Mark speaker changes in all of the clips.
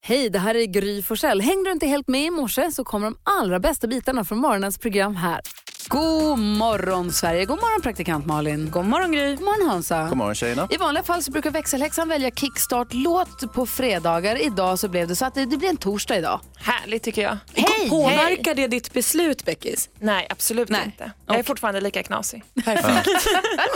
Speaker 1: Hej, det här är Gry Forssell. Hängde du inte helt med i morse så kommer de allra bästa bitarna från morgonens program här. God morgon Sverige, god morgon praktikant Malin. God morgon Gry. God morgon Hansa.
Speaker 2: God morgon tjejerna.
Speaker 1: I vanliga fall så brukar växelhäxan välja kickstart-låt på fredagar. Idag så blev det så att det, det blir en torsdag idag.
Speaker 3: Härligt tycker jag.
Speaker 1: Hej!
Speaker 4: Påverkar det ditt beslut, Beckis?
Speaker 3: Nej, absolut inte. Jag är fortfarande lika knasig.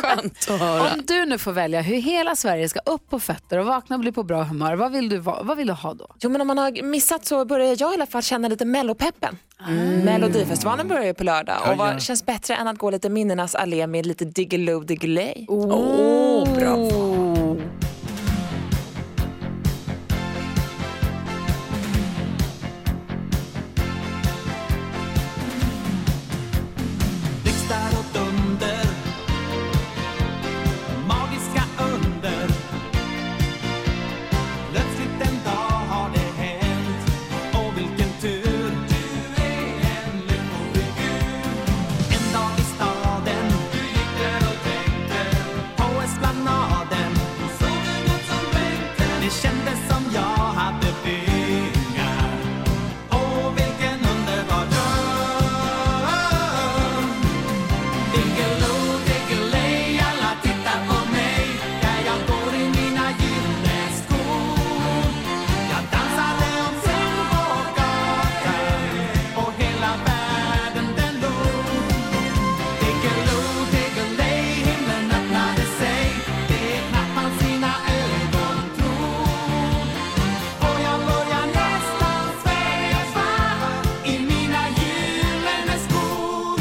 Speaker 4: Skönt att höra.
Speaker 1: Om du nu får välja hur hela Sverige ska upp på fötter och vakna och bli på bra humör, vad vill du, va- vad vill du ha då?
Speaker 3: Jo, men om man har missat så börjar jag i alla fall känna lite mellopeppen. Mm. Melodifestivalen börjar ju på lördag och vad känns bättre än att gå lite minnenas allé med lite Diggiloo Diggiley?
Speaker 4: Åh, bra.
Speaker 5: blixtar och dunder Magiska under Plötsligt en dag har det hänt Och vilken tur Du är en lyckofigur En dag i staden Du gick där och tänkte På esplanaden Då såg du nåt som vänkte Det kändes som jag hade vingar Åh, vilken underbar dröm Diggeloo, diggeley, alla tittar på mig där jag går i mina gyllene skor. Jag dansade omkring på gatan och hela världen den log. Diggeloo, diggeley, himlen öppnade sig. Det är knappt man sina ögon tror. Och jag börjar nästan sväva i mina gyllene skor.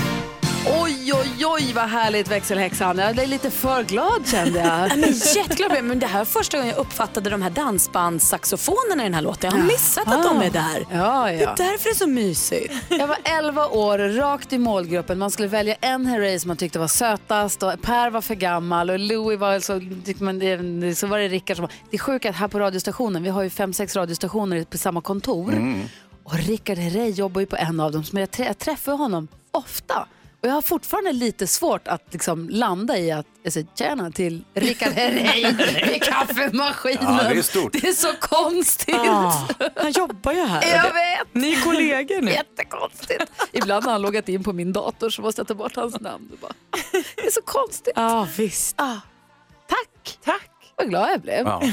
Speaker 1: Oj, oj, oj vad härligt växelhäxan. Jag blev lite för glad kände jag.
Speaker 4: Nej, men jätteglad blev jag, men det här är första gången jag uppfattade de här dansbandssaxofonerna i den här låten. Jag har missat att de är där.
Speaker 1: Ja,
Speaker 4: Det är
Speaker 1: ja.
Speaker 4: därför det är så mysigt.
Speaker 1: Jag var 11 år, rakt i målgruppen. Man skulle välja en Herrey som man tyckte var sötast och Per var för gammal och Louis var så, tyckte man, det- så var det Rickard som var... Det är sjukt att här på radiostationen, vi har ju fem, sex radiostationer på samma kontor.
Speaker 5: Mm.
Speaker 1: Och Rickard Herrey jobbar ju på en av dem, men jag, trä, jag träffar ju honom ofta. Och jag har fortfarande lite svårt att liksom landa i att jag säger tjena till Rickard Herrey vid kaffemaskinen.
Speaker 2: Ja, det är stort.
Speaker 1: Det är så konstigt.
Speaker 4: Han jobbar ju här.
Speaker 1: Jag vet.
Speaker 4: Ni är kollegor nu.
Speaker 1: Jättekonstigt. Ibland har han loggat in på min dator så måste jag ta bort hans namn. Och bara, det är så konstigt.
Speaker 4: Ja, visst.
Speaker 1: Tack!
Speaker 3: Tack!
Speaker 1: Vad glad jag blev.
Speaker 2: Ja.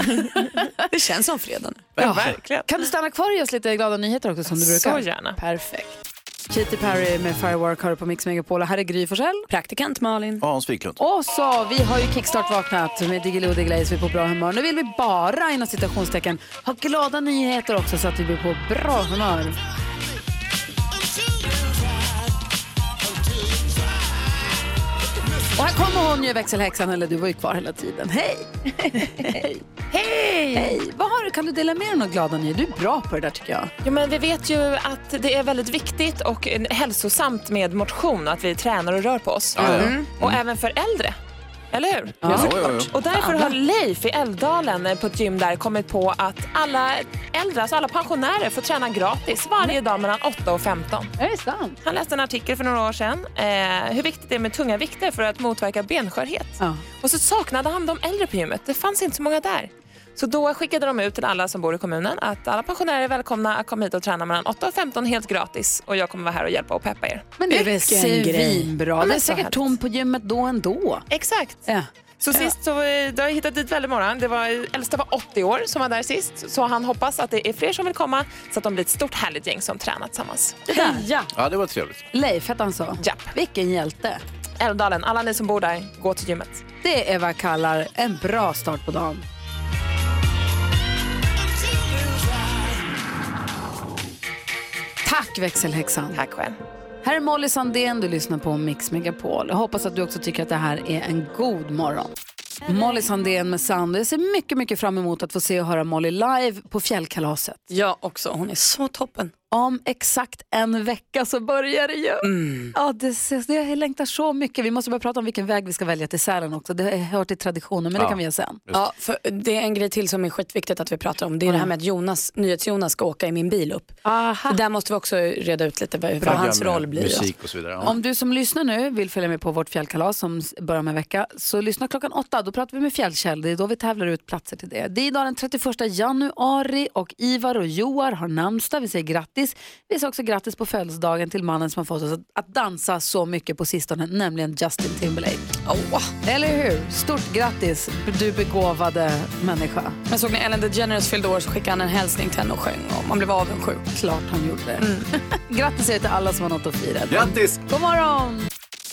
Speaker 4: Det känns som fredag nu.
Speaker 1: Ja.
Speaker 3: Verkligen.
Speaker 1: Kan du stanna kvar och ge oss lite glada nyheter också som du brukar?
Speaker 3: Så gärna.
Speaker 1: Perfekt. Katy Perry med Firework hör du på Mix Megapol och här är Gry Forssell.
Speaker 4: Praktikant Malin.
Speaker 2: Och Hans Wiklund.
Speaker 1: Och så, vi har ju kickstart-vaknat med Diggiloo och Diggiley så vi är på bra humör. Nu vill vi bara, inom citationstecken, ha glada nyheter också så att vi blir på bra humör. Och här kommer hon ju, växelhäxan, eller du var ju kvar hela tiden. Hej! Hej! Hej! Vad har du, kan du dela med dig av några glada nyheter? Du är bra på det där tycker jag.
Speaker 3: Jo, men vi vet ju att det är väldigt viktigt och eh, hälsosamt med motion och att vi tränar och rör på oss. Mm.
Speaker 2: Ja, ja.
Speaker 3: Och även för äldre. Eller hur?
Speaker 2: Ja, ja, ja.
Speaker 3: Och därför har Leif i Älvdalen eh, på ett gym där kommit på att alla äldre, alltså alla pensionärer får träna gratis varje dag mellan 8 och 15.
Speaker 1: Är det sant?
Speaker 3: Han läste en artikel för några år sedan eh, hur viktigt det är med tunga vikter för att motverka benskörhet.
Speaker 1: Ja.
Speaker 3: Och så saknade han de äldre på gymmet. Det fanns inte så många där. Så då skickade de ut till alla som bor i kommunen att alla pensionärer är välkomna att komma hit och träna mellan 8 och 15 helt gratis och jag kommer vara här och hjälpa och peppa er.
Speaker 1: Men det är väl
Speaker 4: Vilken grej.
Speaker 1: svinbra.
Speaker 3: men
Speaker 1: det är
Speaker 3: så
Speaker 1: säkert
Speaker 3: härligt.
Speaker 1: tomt på gymmet då ändå.
Speaker 3: Exakt.
Speaker 1: Ja.
Speaker 3: Så sist så, eh, då har jag hittat dit väldigt många. Det var, äldsta var 80 år som var där sist. Så han hoppas att det är fler som vill komma så att de blir ett stort härligt gäng som tränar tillsammans.
Speaker 4: Ja.
Speaker 2: Ja, det var trevligt.
Speaker 1: Leif hette han så?
Speaker 3: Japp.
Speaker 1: Vilken hjälte.
Speaker 3: Älvdalen, alla ni som bor där, gå till gymmet.
Speaker 1: Det är vad jag kallar en bra start på dagen. Tack växelhäxan.
Speaker 3: Tack själv.
Speaker 1: Här är Molly Sandén, du lyssnar på Mix Megapol. Jag hoppas att du också tycker att det här är en god morgon. Molly Sandén med Sand. Jag ser mycket, mycket fram emot att få se och höra Molly live på fjällkalaset.
Speaker 4: Jag också. Hon är så toppen.
Speaker 1: Om exakt en vecka så börjar det ju.
Speaker 3: Mm.
Speaker 1: Ja, det, ses- det, jag längtar så mycket. Vi måste börja prata om vilken väg vi ska välja till Sälen också. Det hör till traditionen, men det
Speaker 2: Ja.
Speaker 1: kan vi göra sen.
Speaker 4: Ja, för det är en grej till som är skitviktigt att vi pratar om. Det är det här med att Jonas, NyhetsJonas ska åka i min bil upp.
Speaker 1: Aha.
Speaker 4: Så där måste vi också reda ut lite vad, vad
Speaker 2: Program
Speaker 4: hans
Speaker 2: med
Speaker 4: roll blir.
Speaker 2: Musik och så vidare. Ja.
Speaker 1: Om du som lyssnar nu vill följa med på vårt fjällkalas som s- börjar om en vecka så lyssna klockan åtta. Då pratar vi med Fjällkäll. Det är då vi tävlar ut platser till det. Det är idag den 31 januari och Ivar och Joar har namnsdag. Vi säger grattis. Vi säger också grattis på födelsedagen till mannen som har fått oss att, att dansa så mycket på sistone, nämligen Justin Timberlake. Eller hur? Stort grattis, du begåvade människa.
Speaker 4: Men såg ni Ellen DeGeneres fyllde år så skickade han en hälsning till henne och sjöng och man blev avundsjuk. Mm.
Speaker 1: Klart han gjorde det. grattis säger jag till alla som har något att fira.
Speaker 2: Grattis!
Speaker 1: God morgon!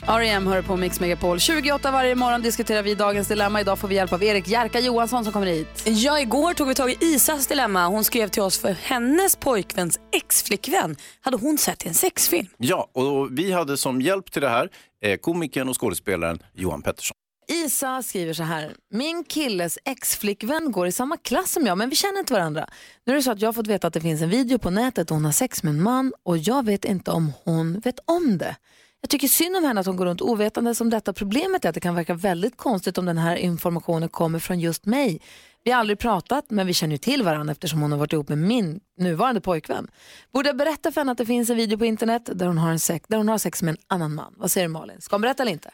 Speaker 1: R.E.M. hör på Mix Megapol. 28 varje morgon diskuterar vi dagens dilemma. Idag får vi hjälp av Erik Jerka Johansson som kommer hit.
Speaker 4: Ja, igår tog vi tag i Isas dilemma. Hon skrev till oss för hennes pojkväns exflickvän hade hon sett i en sexfilm.
Speaker 2: Ja, och vi hade som hjälp till det här eh, komikern och skådespelaren Johan Pettersson.
Speaker 1: Isa skriver så här. Min killes exflickvän går i samma klass som jag men vi känner inte varandra. Nu är det så att jag har fått veta att det finns en video på nätet där hon har sex med en man och jag vet inte om hon vet om det. Jag tycker synd om henne att hon går runt ovetande om detta. Problemet är att det kan verka väldigt konstigt om den här informationen kommer från just mig. Vi har aldrig pratat men vi känner ju till varandra eftersom hon har varit ihop med min nuvarande pojkvän. Borde jag berätta för henne att det finns en video på internet där hon har, en sex, där hon har sex med en annan man? Vad säger du Malin? Ska hon berätta eller inte?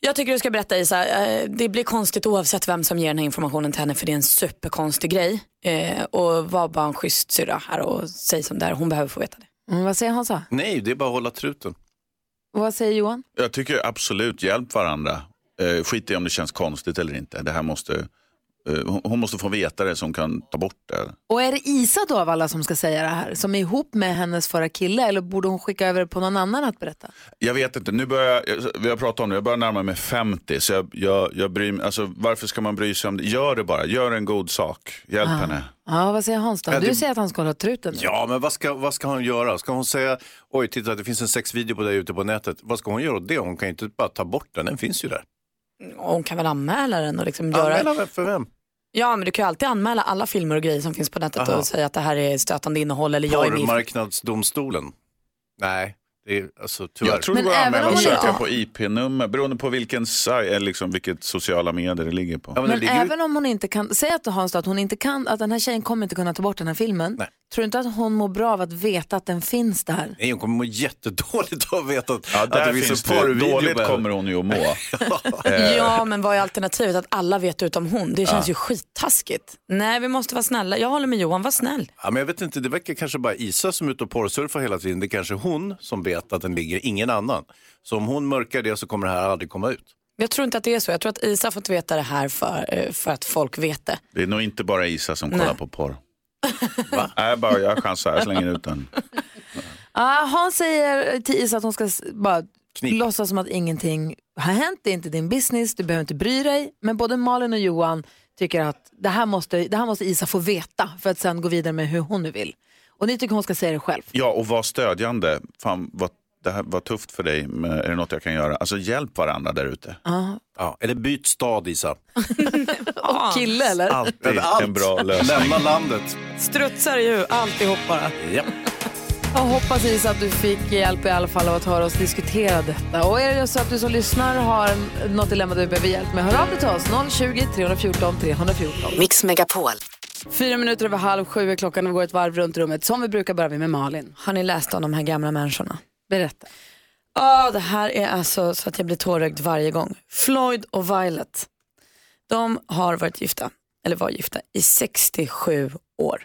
Speaker 4: Jag tycker du ska berätta Isa, eh, det blir konstigt oavsett vem som ger den här informationen till henne för det är en superkonstig grej. Eh, och var bara en schysst syrra här och säg som det är, hon behöver få veta det.
Speaker 1: Mm, vad säger Hansa?
Speaker 2: Nej, det är bara att hålla truten.
Speaker 1: Och vad säger Johan?
Speaker 6: Jag tycker absolut, hjälp varandra. Eh, skit i om det känns konstigt eller inte. Det här måste, eh, hon- hon måste få veta det som kan ta bort det.
Speaker 1: Och är det Isa då av alla som ska säga det här, som är ihop med hennes förra kille eller borde hon skicka över det på någon annan att berätta?
Speaker 6: Jag vet inte, nu börjar jag, vi har pratat om det, jag börjar närma mig 50. Så jag, jag, jag bryr mig, alltså, varför ska man bry sig om det? Gör det bara, gör en god sak. Hjälp henne.
Speaker 1: Ja, vad säger Hans då?
Speaker 2: Ja,
Speaker 1: Du
Speaker 2: det-
Speaker 1: säger att han ska hålla truten.
Speaker 2: Ja, men vad ska, vad ska hon göra? Ska hon säga, oj, titta det finns en sexvideo på dig ute på nätet. Vad ska hon göra åt det? Hon kan ju inte bara ta bort den, den finns ju där.
Speaker 4: Och hon kan väl anmäla den och liksom göra...
Speaker 2: Anmäla vem för vem?
Speaker 4: Ja men du kan ju alltid anmäla alla filmer och grejer som finns på nätet
Speaker 2: Aha.
Speaker 4: och säga att det här är stötande innehåll eller jag är med.
Speaker 2: Porrmarknadsdomstolen? Nej, det är alltså tyvärr.
Speaker 6: Jag tror det
Speaker 1: Men
Speaker 6: går att
Speaker 1: även
Speaker 6: anmäla
Speaker 1: om
Speaker 6: och
Speaker 1: man-
Speaker 6: söka
Speaker 1: Ja.
Speaker 6: på IP-nummer beroende på vilken, saj- eller liksom, vilket sociala medier det ligger på.
Speaker 2: Ja, men det
Speaker 1: Men
Speaker 2: ligger ju-
Speaker 1: även om hon inte kan, säg att Hans då, att hon inte kan, att den här tjejen kommer inte kunna ta bort den här filmen.
Speaker 2: Nej.
Speaker 1: Tror du inte att hon mår bra av att veta att den finns där?
Speaker 2: Nej, hon kommer må jättedåligt av att veta att,
Speaker 6: Ja,
Speaker 2: att
Speaker 6: där
Speaker 2: det
Speaker 6: finns
Speaker 2: finns en
Speaker 6: det.
Speaker 2: porrvideo.
Speaker 6: Dåligt
Speaker 2: på-
Speaker 6: kommer hon ju att må.
Speaker 2: Eh,
Speaker 4: Ja, men vad är alternativet? Att alla vet utom hon? Det känns ju skittaskigt. Nej, vi måste vara snälla. Jag håller med Johan, var snäll.
Speaker 2: Ja, men jag vet inte, det verkar kanske bara Isa som är ute och porrsurfar hela tiden. Det är kanske hon som vet att den ligger, ingen annan. Så om hon mörkar det så kommer det här aldrig komma ut.
Speaker 4: Jag tror inte att det är så. Jag tror att Isa har fått veta det här för, eh, för att folk vet det.
Speaker 6: Det är nog inte bara Isa som kollar på porr. Nej, bara jag chansar, jag slänger ut den.
Speaker 1: Ah, Hans säger till Isa att hon ska s- bara
Speaker 2: Knip.
Speaker 1: låtsas som att ingenting har hänt, det är inte din business, du behöver inte bry dig. Men både Malin och Johan tycker att det här måste, det här måste Isa få veta för att sen gå vidare med hur hon nu vill. Och ni tycker hon ska säga det själv.
Speaker 6: Ja, och var stödjande. Fan, vad, det här var tufft för dig. Men är det något jag kan göra? Alltså hjälp varandra där ute.
Speaker 2: Ja, eller byt stad Isa.
Speaker 1: Kille eller?
Speaker 6: Alltid en bra lösning.
Speaker 2: Lämna landet.
Speaker 4: Strutsar ju alltihop bara.
Speaker 2: Ja.
Speaker 1: Jag hoppas Isa att du fick hjälp i alla fall av att höra oss diskutera detta. Och är det så att du som lyssnar har något dilemma du behöver hjälp med, hör av dig till oss. 020 314 314.
Speaker 7: Mix Megapol.
Speaker 1: Fyra minuter över halv sju är klockan och vi går ett varv runt rummet. Som vi brukar börjar vi med Malin.
Speaker 4: Har ni läst om de här gamla människorna?
Speaker 1: Berätta.
Speaker 4: Ja, det här är alltså så att jag blir tårögd varje gång. Floyd och Violet, de har varit gifta, eller var gifta, i 67 år.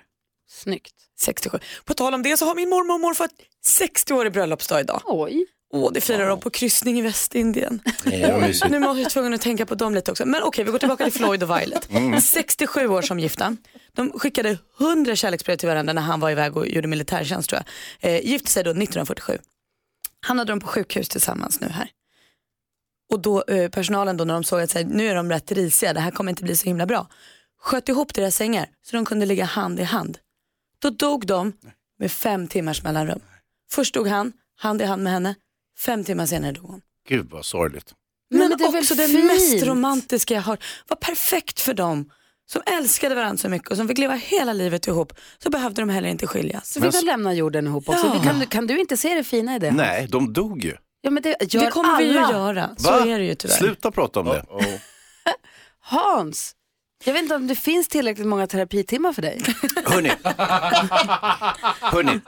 Speaker 1: Snyggt.
Speaker 4: 67. På tal om det så har min mormor och morfar 60 år i bröllopsdag idag.
Speaker 1: Oj.
Speaker 4: Åh, det firar de på kryssning i Västindien. nu var jag tvungen att tänka på dem lite också. Men okej, vi går tillbaka till Floyd och Violet. 67 år som gifta. De skickade 100 kärleksbrev till varandra när han var iväg och gjorde militärtjänst tror jag. Eh, gifte sig då 1947. Hamnade de på sjukhus tillsammans nu här. Och då eh, personalen då när de såg att så här, nu är de rätt risiga, det här kommer inte bli så himla bra. Sköt ihop deras sängar så de kunde ligga hand i hand. Då dog de med fem timmars mellanrum. Först dog han, hand i hand med henne. Fem timmar senare dog hon.
Speaker 2: Gud vad sorgligt.
Speaker 1: Nej,
Speaker 4: Men,
Speaker 1: men det är väl
Speaker 4: också det
Speaker 1: fint?
Speaker 4: mest romantiska jag har. Vad perfekt för dem som älskade varandra så mycket och som fick leva hela livet ihop så behövde de heller inte skiljas.
Speaker 1: Så vi vill lämna jorden ihop också.
Speaker 4: Ja.
Speaker 1: Det kan, du- kan du inte se det fina i det?
Speaker 2: Nej, de dog ju.
Speaker 1: Ja, men det gör
Speaker 4: det kommer
Speaker 1: alla.
Speaker 4: vi ju göra. Så
Speaker 2: Va?
Speaker 4: är det ju tyvärr.
Speaker 2: Sluta prata om det.
Speaker 1: Hans, jag vet inte om det finns tillräckligt många terapitimmar för dig.
Speaker 2: Hörni. Hörni.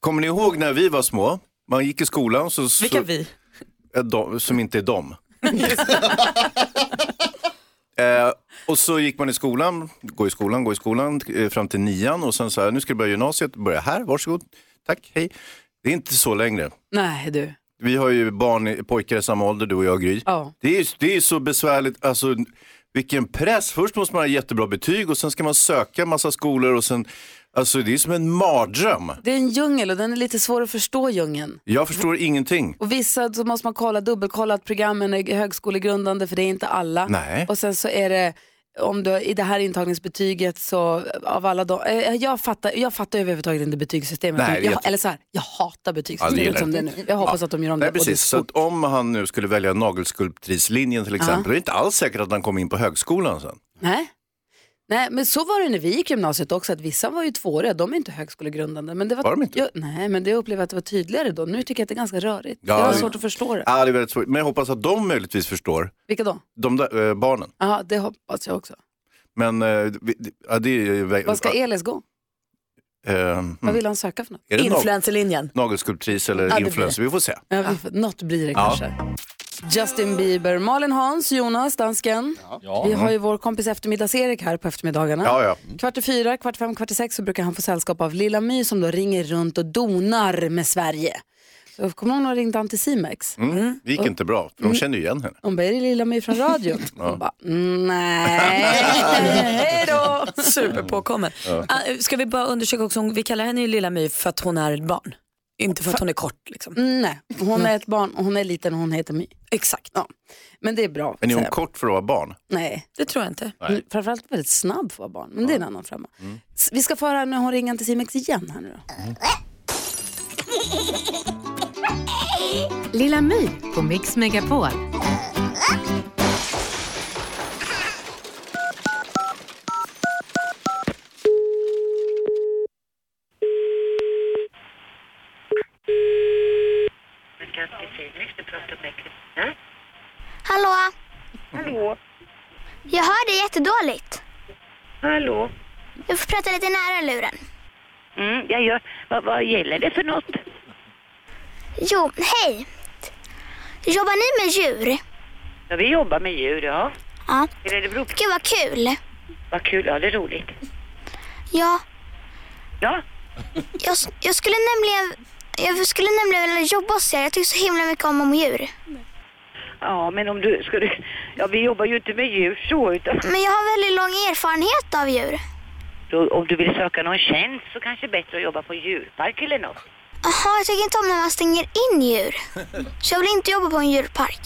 Speaker 2: Kommer ni ihåg när vi var små? Man gick i skolan så... så
Speaker 4: Vilka vi?
Speaker 2: Eh, de, som inte är dem. eh, och så gick man i skolan, gå i skolan, gå i skolan eh, fram till nian och sen så här, nu ska du börja gymnasiet, börja här, varsågod, tack, hej. Det är inte så längre.
Speaker 1: Nej du.
Speaker 2: Vi har ju barn, i- pojkar i samma ålder, du och jag Gry.
Speaker 1: Ja.
Speaker 2: Det är ju det är ju så besvärligt, alltså vilken press. Först måste man ha jättebra betyg och sen ska man söka en massa skolor och sen, alltså det är som en mardröm.
Speaker 1: Det är en djungel och den är lite svår att förstå djungeln.
Speaker 2: Jag förstår ingenting.
Speaker 1: Och vissa så måste man kolla, dubbelkolla att programmen är högskolegrundande för det är inte alla.
Speaker 2: Nej.
Speaker 1: Och sen så är det, om du i det här intagningsbetyget så av alla de, eh, jag fattar, jag fattar överhuvudtaget inte betygssystemet.
Speaker 2: Nej, det är
Speaker 1: jag,
Speaker 2: jätte-
Speaker 1: eller så här, jag hatar
Speaker 2: Ja, det
Speaker 1: betygssystemet
Speaker 2: gillar
Speaker 1: som det är nu. Jag hoppas att de gör om
Speaker 2: Nej,
Speaker 1: det. och
Speaker 2: precis.
Speaker 1: det
Speaker 2: Så
Speaker 1: är
Speaker 2: att om han nu skulle välja nagelskulptrislinjen till exempel, det är inte alls säkert att han kommer in på högskolan sen.
Speaker 1: Nej. Nej, men så var det när vi gick gymnasiet också, att vissa var ju tvååriga, de är inte högskolegrundande. Men det var,
Speaker 2: Var de inte?
Speaker 1: Ja, nej, men det upplevde jag att det var tydligare då. Nu tycker jag att det är ganska rörigt.
Speaker 2: Ja,
Speaker 1: jag har
Speaker 2: det-
Speaker 1: svårt att förstå det.
Speaker 2: Ja, det är väldigt svårt. Men jag hoppas att de möjligtvis förstår,
Speaker 1: Vilka då?
Speaker 2: de där eh, barnen.
Speaker 1: Ja, det hoppas jag också.
Speaker 2: Men eh, vi- det- ja, det är ju...
Speaker 1: Vad ska Elis gå?
Speaker 2: eh, mm.
Speaker 1: Vad vill han söka för något?
Speaker 2: Är det nag-
Speaker 4: Influencerlinjen. Ah.
Speaker 2: nagelskulptris eller
Speaker 1: Ja, det blir
Speaker 2: influencer? Vi får se.
Speaker 1: Ja, vi får- Något blir det kanske. Justin Bieber, Malin Hans, Jonas, dansken. Vi har ju vår kompis eftermiddags-Erik här på eftermiddagarna.
Speaker 2: Mm.
Speaker 1: Mm.
Speaker 2: Ja, ja.
Speaker 1: Kvart i fyra, kvart i fem, kvart i sex så brukar han få sällskap av Lilla My som då ringer runt och donar med Sverige. Så kommer hon och ringde han till Simex.
Speaker 2: Mm. Det gick inte bra, för de känner ju igen henne.
Speaker 1: Hon bara, är det Lilla My från radion? Hon bara, nej, hej då.
Speaker 4: Superpåkommen. Ah, Ska vi bara undersöka också, hon- vi kallar henne ju Lilla My för att hon är ett barn. Inte för att hon är kort liksom.
Speaker 1: Nej, hon är ett barn och hon är liten och hon heter My.
Speaker 4: Exakt.
Speaker 1: Ja. Men det är bra.
Speaker 2: Men är hon
Speaker 1: säger jag.
Speaker 2: kort för att vara barn?
Speaker 1: Nej,
Speaker 4: Det tror jag inte.
Speaker 1: Nej. Framförallt väldigt snabb för att vara barn, men det är en annan femma.
Speaker 2: Mm.
Speaker 1: S- Vi ska få höra när hon ringer till Simex igen här nu då.
Speaker 7: Lilla My på Mix Megapol.
Speaker 8: Hallå? Hallå? Jag hör dig jättedåligt.
Speaker 9: Hallå?
Speaker 8: Du får prata lite nära luren.
Speaker 9: Mm, jag gör. Vad, vad gäller det för något?
Speaker 8: Jo, hej. Jobbar ni med djur?
Speaker 9: Ja, vi jobbar med djur, ja.
Speaker 8: Ja.
Speaker 9: Hur är det bro?
Speaker 8: Gud vad kul.
Speaker 9: Vad kul, ja det är roligt.
Speaker 8: Ja,
Speaker 9: Ja,
Speaker 8: jag, jag skulle nämligen... Jag skulle nämligen vilja jobba hos er. Jag tycker så himla mycket om, om djur.
Speaker 9: ja men om du skulle... Ja, vi jobbar ju inte med djur så, utan
Speaker 8: Men jag har väldigt lång erfarenhet av djur.
Speaker 9: då, om du vill söka någon tjänst så kanske det är bättre att jobba på djurpark eller något.
Speaker 8: Jaha, jag tycker inte om när man stänger in djur. Så jag vill inte jobba på en djurpark.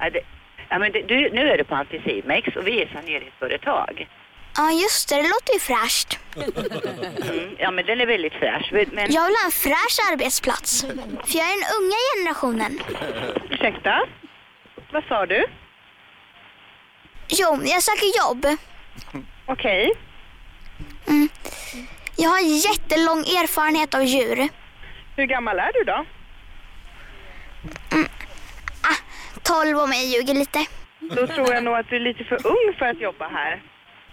Speaker 9: Ja, det, ja men det, du, nu är du på Anticimex och vi är saneringsföretag.
Speaker 8: Ja, just det. Det låter ju fräscht.
Speaker 9: Mm, ja, men den är väldigt fräsch. Men, men
Speaker 8: Jag vill ha en fräsch arbetsplats. För jag är den unga generationen.
Speaker 9: ursäkta? Vad sa du?
Speaker 8: Jo, jag söker jobb. Mm.
Speaker 9: Okej.
Speaker 8: Jag har jättelång erfarenhet av djur.
Speaker 9: Hur gammal är du då?
Speaker 8: 12 Mm. Ah, om jag ljuger lite.
Speaker 9: Då tror jag nog att du är lite för ung för att jobba här.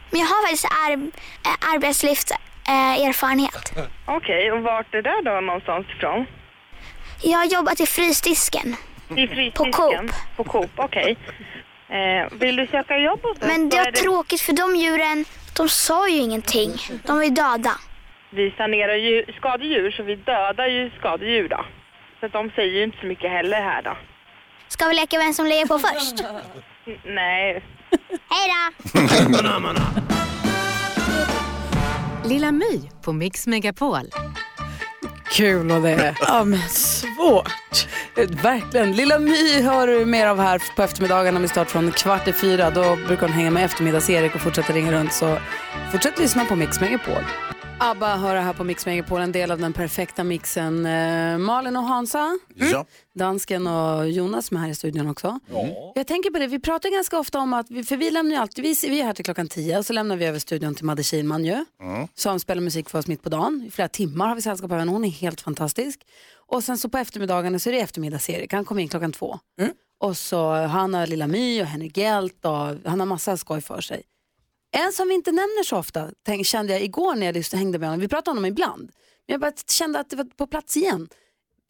Speaker 8: Men jag har faktiskt ar- eh, arbetslivserfarenhet.
Speaker 9: Okej, och vart är det då någonstans ifrån?
Speaker 8: Jag har jobbat i frysdisken. Mm.
Speaker 9: I frysdisken?
Speaker 8: På Coop.
Speaker 9: På Coop, okej. Eh, vill du söka jobb hos oss?
Speaker 8: Men det
Speaker 9: Då
Speaker 8: var tråkigt för de djuren, de sa ju ingenting. De var ju döda.
Speaker 9: Vi sanerar ju skadedjur så vi dödar ju skadedjur då. Så att de säger ju inte så mycket heller här då.
Speaker 8: Ska vi leka vem som lägger på först?
Speaker 9: N- Nej,
Speaker 8: Hej då!
Speaker 7: Lilla My på Mix Megapol.
Speaker 1: Kul och det är.
Speaker 4: Ja men svårt.
Speaker 1: Verkligen. Lilla My hör du mer av här på eftermiddagarna med start från kvart i fyra. Då brukar hon hänga med eftermiddags-Erik och fortsätta ringa runt. Så fortsätt lyssna på Mix Megapol. ABBA hör här på Mix Megapol, en del av den perfekta mixen. Eh, Malin och Hansa,
Speaker 4: Mm.
Speaker 2: Ja.
Speaker 1: dansken och Jonas som är här i studion också. Jag tänker på det, vi pratar ju ganska ofta om att, vi, för vi lämnar ju alltid, vi, vi är här till klockan 10 och så lämnar vi över studion till Madde Kihlman ju,
Speaker 2: Mm.
Speaker 1: som spelar musik för oss mitt på dagen. I flera timmar har vi sällskap av henne, hon är helt fantastisk. Och sen så på eftermiddagarna så är det eftermiddags-Erik, han kommer in klockan två. Och så han har Lilla My och Henrik Hjelt och han har massa skoj för sig. En som vi inte nämner så ofta tänk, kände jag igår när jag lyssnade, hängde med honom, vi pratar om honom ibland, men jag bara kände att det var på plats igen.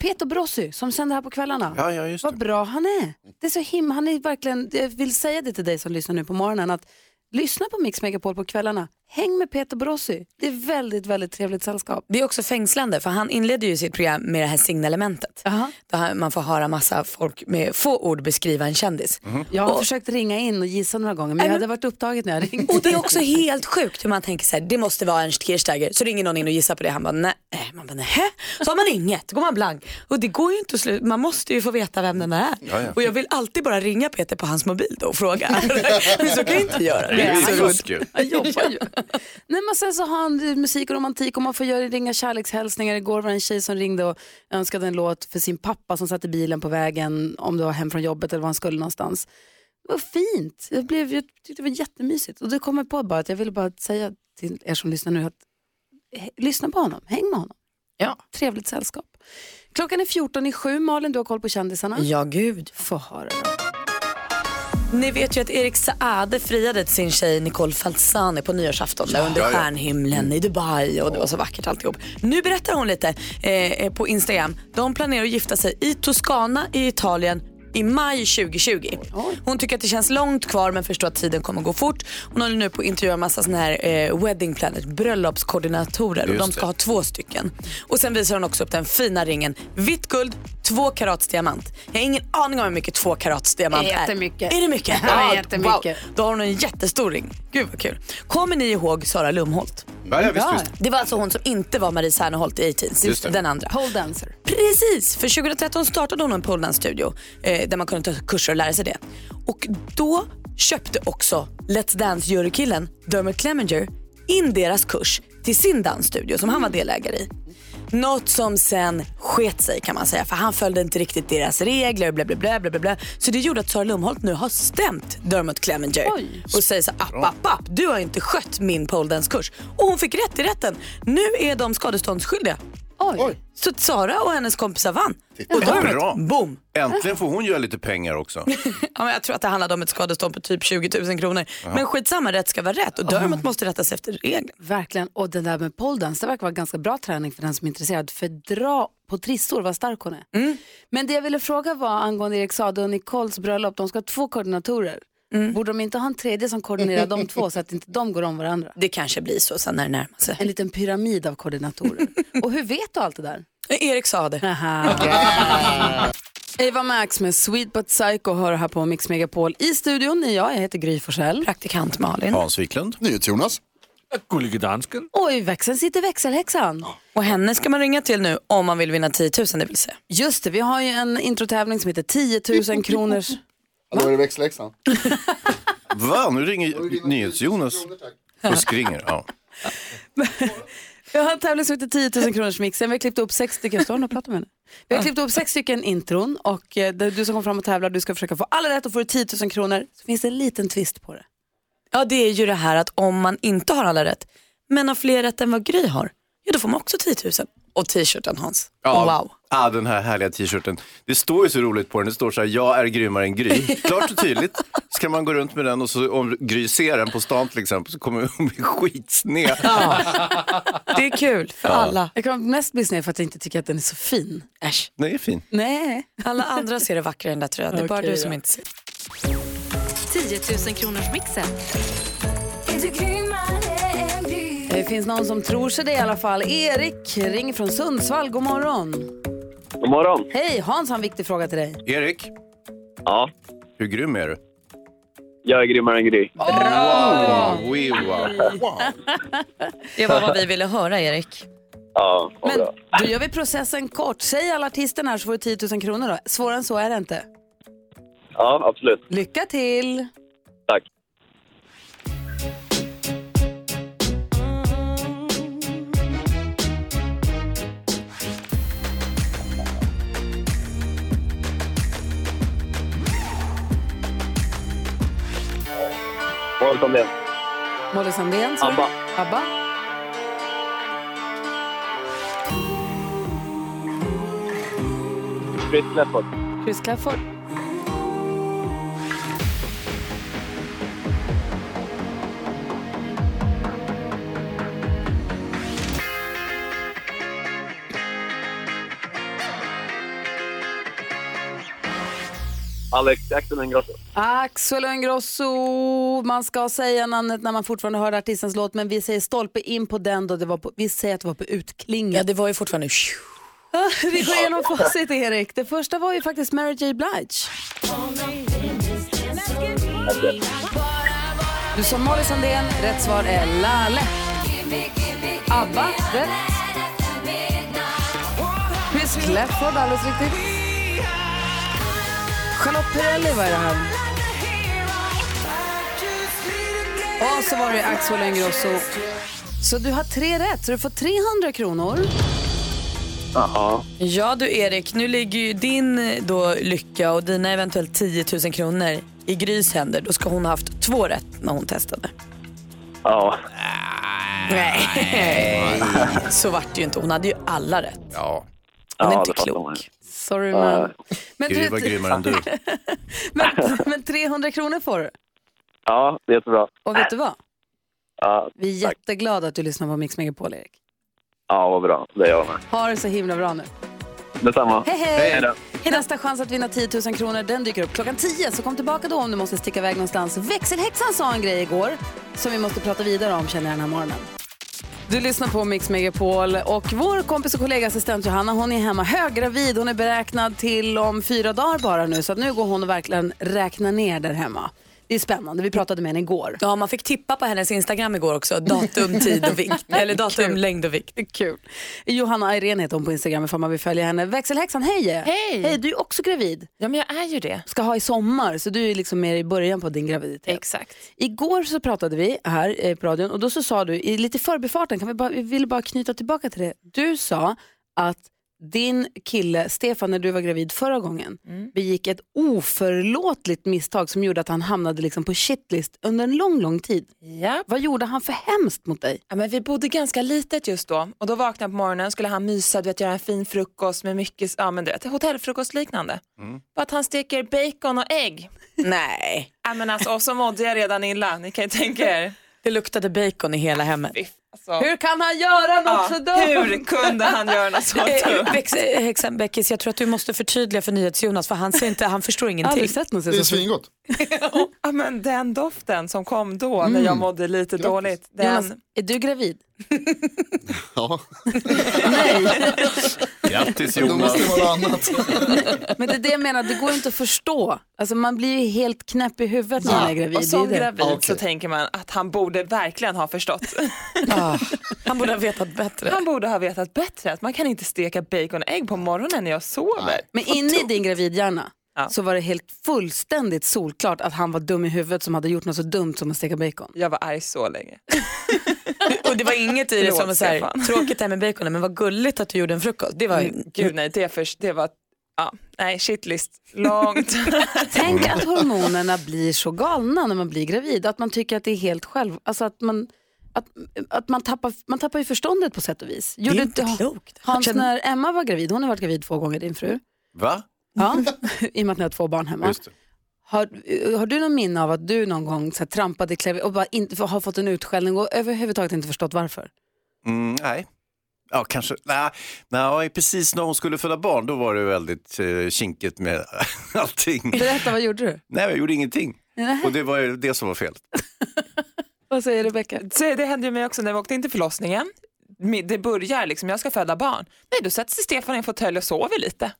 Speaker 1: Peter Brossi som sänder här på kvällarna.
Speaker 2: Ja, ja, just
Speaker 1: Vad
Speaker 2: det.
Speaker 1: bra han är. Det är så him han är verkligen, jag vill säga det till dig som lyssnar nu på morgonen att lyssna på Mix Megapol på kvällarna. Häng med Peter Brossi. Det är väldigt, väldigt trevligt sällskap.
Speaker 4: Det är också fängslande för han inleder ju sitt program med det här signalementet. Där han- man får höra massa folk med få ord beskriva en kändis.
Speaker 2: Mhm.
Speaker 1: Jag har försökt ringa in och gissa några gånger men jag hade varit upptaget när jag ringde.
Speaker 4: Och det är också helt sjukt hur man tänker så här, det måste vara Ernst Kirchsteiger. Så ringer någon in och gissar på det, han bara nej. Man bara nej. Så har man inget, då går man blank. Och det går ju inte att sluta, man måste ju få veta vem den är.
Speaker 2: Ja, ja.
Speaker 4: Och jag vill alltid bara ringa Peter på hans mobil då och fråga. Men så kan jag inte göra.
Speaker 2: Det är
Speaker 1: Nej,
Speaker 2: ju
Speaker 1: han-
Speaker 2: fusk ju.
Speaker 1: Jag jobbar ju. Nej, men sen så har han eh, musik och romantik och man får göra ringa kärlekshälsningar. Igår var det en tjej som ringde och önskade en låt för sin pappa som satt i bilen på vägen om det var hem från jobbet eller var han skulle någonstans. Det var fint. Jag, blev, jag tyckte det var jättemysigt. Och det kom jag på bara att jag ville bara säga till er som lyssnar nu att eh, lyssna på honom, häng med honom. Ja. Trevligt sällskap. Klockan är 14 i sju. Malin, du har koll på kändisarna?
Speaker 4: Ja gud.
Speaker 1: Få höra då.
Speaker 4: Ni vet ju att Erik Saade friade till sin tjej Nicole Falzani på nyårsafton där under
Speaker 2: ja, ja.
Speaker 4: stjärnhimlen i Dubai och det var så vackert alltihop. Nu berättar hon lite eh, eh, på Instagram. De planerar att gifta sig i Toscana i Italien i maj 2020. Hon tycker att det känns långt kvar men förstår att tiden kommer gå fort. Hon håller nu på att intervjua en massa såna här eh, wedding planners, bröllopskoordinatorer och
Speaker 2: Just
Speaker 4: de ska
Speaker 2: det.
Speaker 4: ha två stycken. Och sen visar hon också upp den fina ringen. Vitt guld, två karats diamant. Jag har ingen aning om hur mycket två karats diamant är.
Speaker 1: Jättemycket.
Speaker 4: Är det mycket?
Speaker 1: Ja, jättemycket.
Speaker 4: Wow. Då har hon en jättestor ring. Gud vad kul. Kommer ni ihåg Sara Lumholt?
Speaker 2: Ja, ja, visst,
Speaker 1: Ja.
Speaker 2: visst.
Speaker 4: Det var alltså hon som inte var Marie Serneholt i
Speaker 2: Just
Speaker 4: A-Teens,
Speaker 2: det.
Speaker 4: den andra.
Speaker 1: Pole dancer.
Speaker 4: Precis, för 2013 startade hon en poledance-studio eh, där man kunde ta kurser och lära sig det. Och då köpte också Let's Dance-jurykillen Dermot Clemenger in deras kurs till sin dansstudio som han var delägare i. Något som sen sket sig kan man säga för han följde inte riktigt deras regler bla bla bla bla bla. bla. Så det gjorde att Sara Lumholt nu har stämt Dermot Clemenger
Speaker 1: Oj.
Speaker 4: och säger så här, app app app du har inte skött min poledance-kurs. Och hon fick rätt i rätten. Nu är de skadeståndsskyldiga.
Speaker 1: Oj.
Speaker 4: Så att Sara och hennes kompisar vann.
Speaker 2: Titta,
Speaker 4: Och
Speaker 2: vad
Speaker 4: därmed,
Speaker 2: bra.
Speaker 4: boom!
Speaker 2: Äntligen får hon göra lite pengar också.
Speaker 4: Ja, men jag tror att det handlade om ett skadestånd på typ 20 000 kronor. Men skitsamma, rätt ska vara rätt och Dermot måste rätta sig efter reglerna.
Speaker 1: Verkligen. Och den där med pole dance, det verkar vara ganska bra träning för den som är intresserad. För dra på trissor, vad stark hon är.
Speaker 4: Mm.
Speaker 1: Men det jag ville fråga var angående Erik Saade och Nicoles bröllop. De ska ha två koordinatorer.
Speaker 4: Mm.
Speaker 1: Borde de inte ha en tredje som koordinerar de två så att inte de går om varandra?
Speaker 4: Det kanske blir så sen när det närmar sig.
Speaker 1: En liten pyramid av koordinatorer. och hur vet du allt det där?
Speaker 4: Erik sa det.
Speaker 1: Eva Max med Sweet But Psycho hör här på Mix Megapol. I studion är jag, jag heter Gry Forssell.
Speaker 4: Praktikant Malin.
Speaker 2: Hans Wiklund.
Speaker 10: Jonas.
Speaker 5: Gullige dansken.
Speaker 1: Och i växeln sitter växelhäxan.
Speaker 4: Och henne ska man ringa till nu om man vill vinna 10 000 det vill säga.
Speaker 1: Just det, vi har ju en introtävling som heter 10 000 kronors...
Speaker 10: Hallå, är det växelläxan?
Speaker 2: Va? Nu ringer NyhetsJonas. Fusk ringer. Ja.
Speaker 1: Vi har en tävling som heter 10 000 kronors mixen. Vi har klippt upp sex stycken, står hon och pratar med henne? Vi har klippt upp sex stycken intron och eh, det är du som kommer fram och tävlar, du ska försöka få alla rätt och får du 10 000 kronor så finns det en liten twist på det.
Speaker 4: Ja, det är ju det här att om man inte har alla rätt, men har fler rätt än vad Gry har, ja då får man också 10 000. Och t-shirten Hans. Wow.
Speaker 2: Ah, den här härliga t-shirten. Det står ju så roligt på den. Det står så här, jag är grymmare än Gry. Klart och tydligt. Så kan man gå runt med den och så om Gry ser den på stan till exempel så kommer hon bli skitsned.
Speaker 4: Det är kul för alla.
Speaker 1: Jag kan mest bli sned för att jag inte tycker att den är så fin.
Speaker 4: Äsch.
Speaker 2: Nej, det är fint.
Speaker 1: Nej.
Speaker 4: Alla andra ser det vackrare än den där tröjan, det är bara
Speaker 1: Okej
Speaker 4: du
Speaker 1: då.
Speaker 4: som inte ser.
Speaker 7: 10 000 kronors mixen.
Speaker 1: Det finns någon som tror sig det i alla fall. Erik ringer från Sundsvall, god morgon.
Speaker 9: God morgon.
Speaker 1: Hej, Hans har en viktig fråga till dig.
Speaker 2: Erik,
Speaker 9: Ja,
Speaker 2: hur grym är du?
Speaker 9: jag är grymmare än Gry.
Speaker 2: Wow, we wow.
Speaker 4: Det var vad vi ville höra Erik.
Speaker 9: Ja, vad
Speaker 1: Men
Speaker 9: bra.
Speaker 1: då gör vi processen kort. Säg alla artisterna här så får du 10 000 kronor då. Svårare än så är det inte.
Speaker 9: Ja, absolut.
Speaker 1: Lycka till!
Speaker 9: Tack.
Speaker 1: Hej,
Speaker 10: Mål som det.
Speaker 1: Molly Sandén, sa du?
Speaker 10: Abba.
Speaker 1: Abba.
Speaker 10: Chris Lefford.
Speaker 1: Chris Clafford.
Speaker 10: Alex Jackson Ingrosso.
Speaker 1: Axel Ingrosso. Man ska säga namnet när man fortfarande hör artistens låt, men vi säger stolpe in på den då. Det var på, vi säger att det var på utklinget. Ja, det var ju fortfarande... Ah, Vi går igenom facit, Erik. Det första var ju faktiskt Mary J. Blige. Du sa Molly Sandén, rätt svar är Laleh. Abba, rätt. Chris Clafford, alldeles riktigt. Charlotte Perrelli var det här. Och så var det Axel Ingrosso. Så du har tre rätt, så du får 300 kronor.
Speaker 10: Jaha.
Speaker 4: Ja du Erik, nu ligger ju din eh, då lycka och dina eventuellt 10 000 kronor i Grys händer. Då ska hon ha haft två rätt när hon testade.
Speaker 10: Ja.
Speaker 4: Nej. Så vart det ju inte. Hon hade ju alla rätt.
Speaker 2: Ja.
Speaker 4: Hon är
Speaker 1: Ja,
Speaker 4: inte
Speaker 1: det fattar man
Speaker 4: klok.
Speaker 1: Sorry man. Men
Speaker 2: Gry
Speaker 1: du-
Speaker 2: var grymmare än du.
Speaker 1: Men 300 kronor får du.
Speaker 10: Ja, det är jättebra.
Speaker 1: Och vet du vad?
Speaker 10: Ja,
Speaker 1: Vi är jätteglada att du lyssnar på Mix Megapol, Erik.
Speaker 10: ja vad bra. Det är jag med.
Speaker 1: Ha det så himla bra nu.
Speaker 10: Detsamma.
Speaker 1: Hej, hej!
Speaker 10: då.
Speaker 1: Nästa chans att vinna 10 000 kronor den dyker upp klockan 10. Så kom tillbaka då om du måste sticka iväg någonstans. Växelhäxan sa en grej igår som vi måste prata vidare om känner jag den här morgonen. Du lyssnar på Mix Megapol och vår kompis och kollega assistent Johanna hon är hemma höggravid. Hon är beräknad till om fyra dagar bara nu så att nu går hon och verkligen räknar ner där hemma. Det är spännande, vi pratade med henne igår.
Speaker 4: Ja, man fick tippa på hennes Instagram igår också. Datum, tid och vikt. Eller datum, längd och vikt.
Speaker 1: Kul. Johanna Irene heter hon på Instagram ifall man vill följa henne. Växelhäxan, hej! Hej! Hej, du är också gravid.
Speaker 3: Ja, men jag är ju det.
Speaker 1: Ska ha i sommar, så du är liksom mer i början på din graviditet.
Speaker 3: Exakt.
Speaker 1: Igår så pratade vi här eh, på radion och då så sa du, i lite förbifarten, kan vi, bara, vi vill bara knyta tillbaka till det. Du sa att din kille Stefan, när du var gravid förra gången,
Speaker 3: Mm.
Speaker 1: begick ett oförlåtligt misstag som gjorde att han hamnade liksom på shitlist under en lång, lång tid.
Speaker 3: Ja.
Speaker 1: Vad gjorde han för hemskt mot dig?
Speaker 3: Ja, men vi bodde ganska litet just då och då vaknade jag på morgonen skulle han mysa, du vet, göra en fin frukost med mycket, ja men du vet, hotellfrukost liknande. Bara att han steker bacon och ägg.
Speaker 4: Nej.
Speaker 3: Ja, men alltså, och så mådde jag redan illa, ni kan ju tänka er.
Speaker 4: Det luktade bacon i hela hemmet.
Speaker 3: Alltså,
Speaker 1: Hur kan han göra något
Speaker 3: ja,
Speaker 1: så
Speaker 3: hur
Speaker 1: dumt?
Speaker 3: kunde han göra något så dumt?
Speaker 4: Eh, Bex- eh, Häxan Beckis, jag tror att du måste förtydliga för NyhetsJonas för han, ser inte, han förstår ingenting.
Speaker 1: Aldrig sett något
Speaker 11: Det är
Speaker 1: så fint.
Speaker 11: svingott.
Speaker 3: Ja, men den doften som kom då när jag mådde lite dåligt. Den...
Speaker 1: Mm. Jonas, är du gravid?
Speaker 11: Ja,
Speaker 2: Grattis
Speaker 11: då måste
Speaker 2: Jonas.
Speaker 11: det vara något annat.
Speaker 1: Men det är det jag menar, det går ju inte att förstå. Alltså man blir ju helt knäpp i huvudet när man är gravid.
Speaker 3: Och som
Speaker 1: det är det.
Speaker 3: gravid
Speaker 11: Okej.
Speaker 3: så tänker man att han borde verkligen ha förstått.
Speaker 4: Han borde ha vetat bättre.
Speaker 3: Ah. Han borde ha vetat bättre att man kan inte steka bacon och ägg på morgonen när jag sover.
Speaker 1: Men inne i din gravidhjärna
Speaker 3: Ja.
Speaker 1: så var det helt fullständigt solklart att han var dum i huvudet som hade gjort något så dumt som att steka bacon.
Speaker 3: Jag var arg så länge.
Speaker 4: Och det var inget i det som var så
Speaker 3: Stefan.
Speaker 4: här, tråkigt det här med baconen men vad gulligt att du gjorde en frukost. Det var
Speaker 3: Gud nej, det, först, det var, ja, nej shitlist, långt.
Speaker 1: Tänk att hormonerna blir så galna när man blir gravid, att man tycker att det är helt själv, alltså att man, att, att man, tappar, man tappar ju förståndet på sätt och vis.
Speaker 4: det
Speaker 1: Gjorde
Speaker 4: är inte
Speaker 1: ha-
Speaker 4: klokt.
Speaker 1: Hans, när Emma var gravid, hon har varit gravid två gånger din fru,
Speaker 2: Va?
Speaker 1: ja, i och med att ni har två barn hemma.
Speaker 2: Just det.
Speaker 1: Har, har du någon minne av att du någon gång så här, trampade i kläder och bara inte, har fått en utskällning och överhuvudtaget inte förstått varför?
Speaker 2: Mm, nej. Ja, kanske. Nej, nej, precis när hon skulle föda barn, då var det väldigt eh, kinkigt med allting.
Speaker 1: Berätta, vad gjorde du?
Speaker 2: Nej, jag gjorde ingenting. Och det var ju det som var fel.
Speaker 1: Vad säger Rebecka?
Speaker 3: Så det hände ju mig också när vi åkte in till förlossningen. Mi- Det börjar liksom, jag ska föda barn. Nej, då sätter sig Stefan i en fåtölj och sover lite.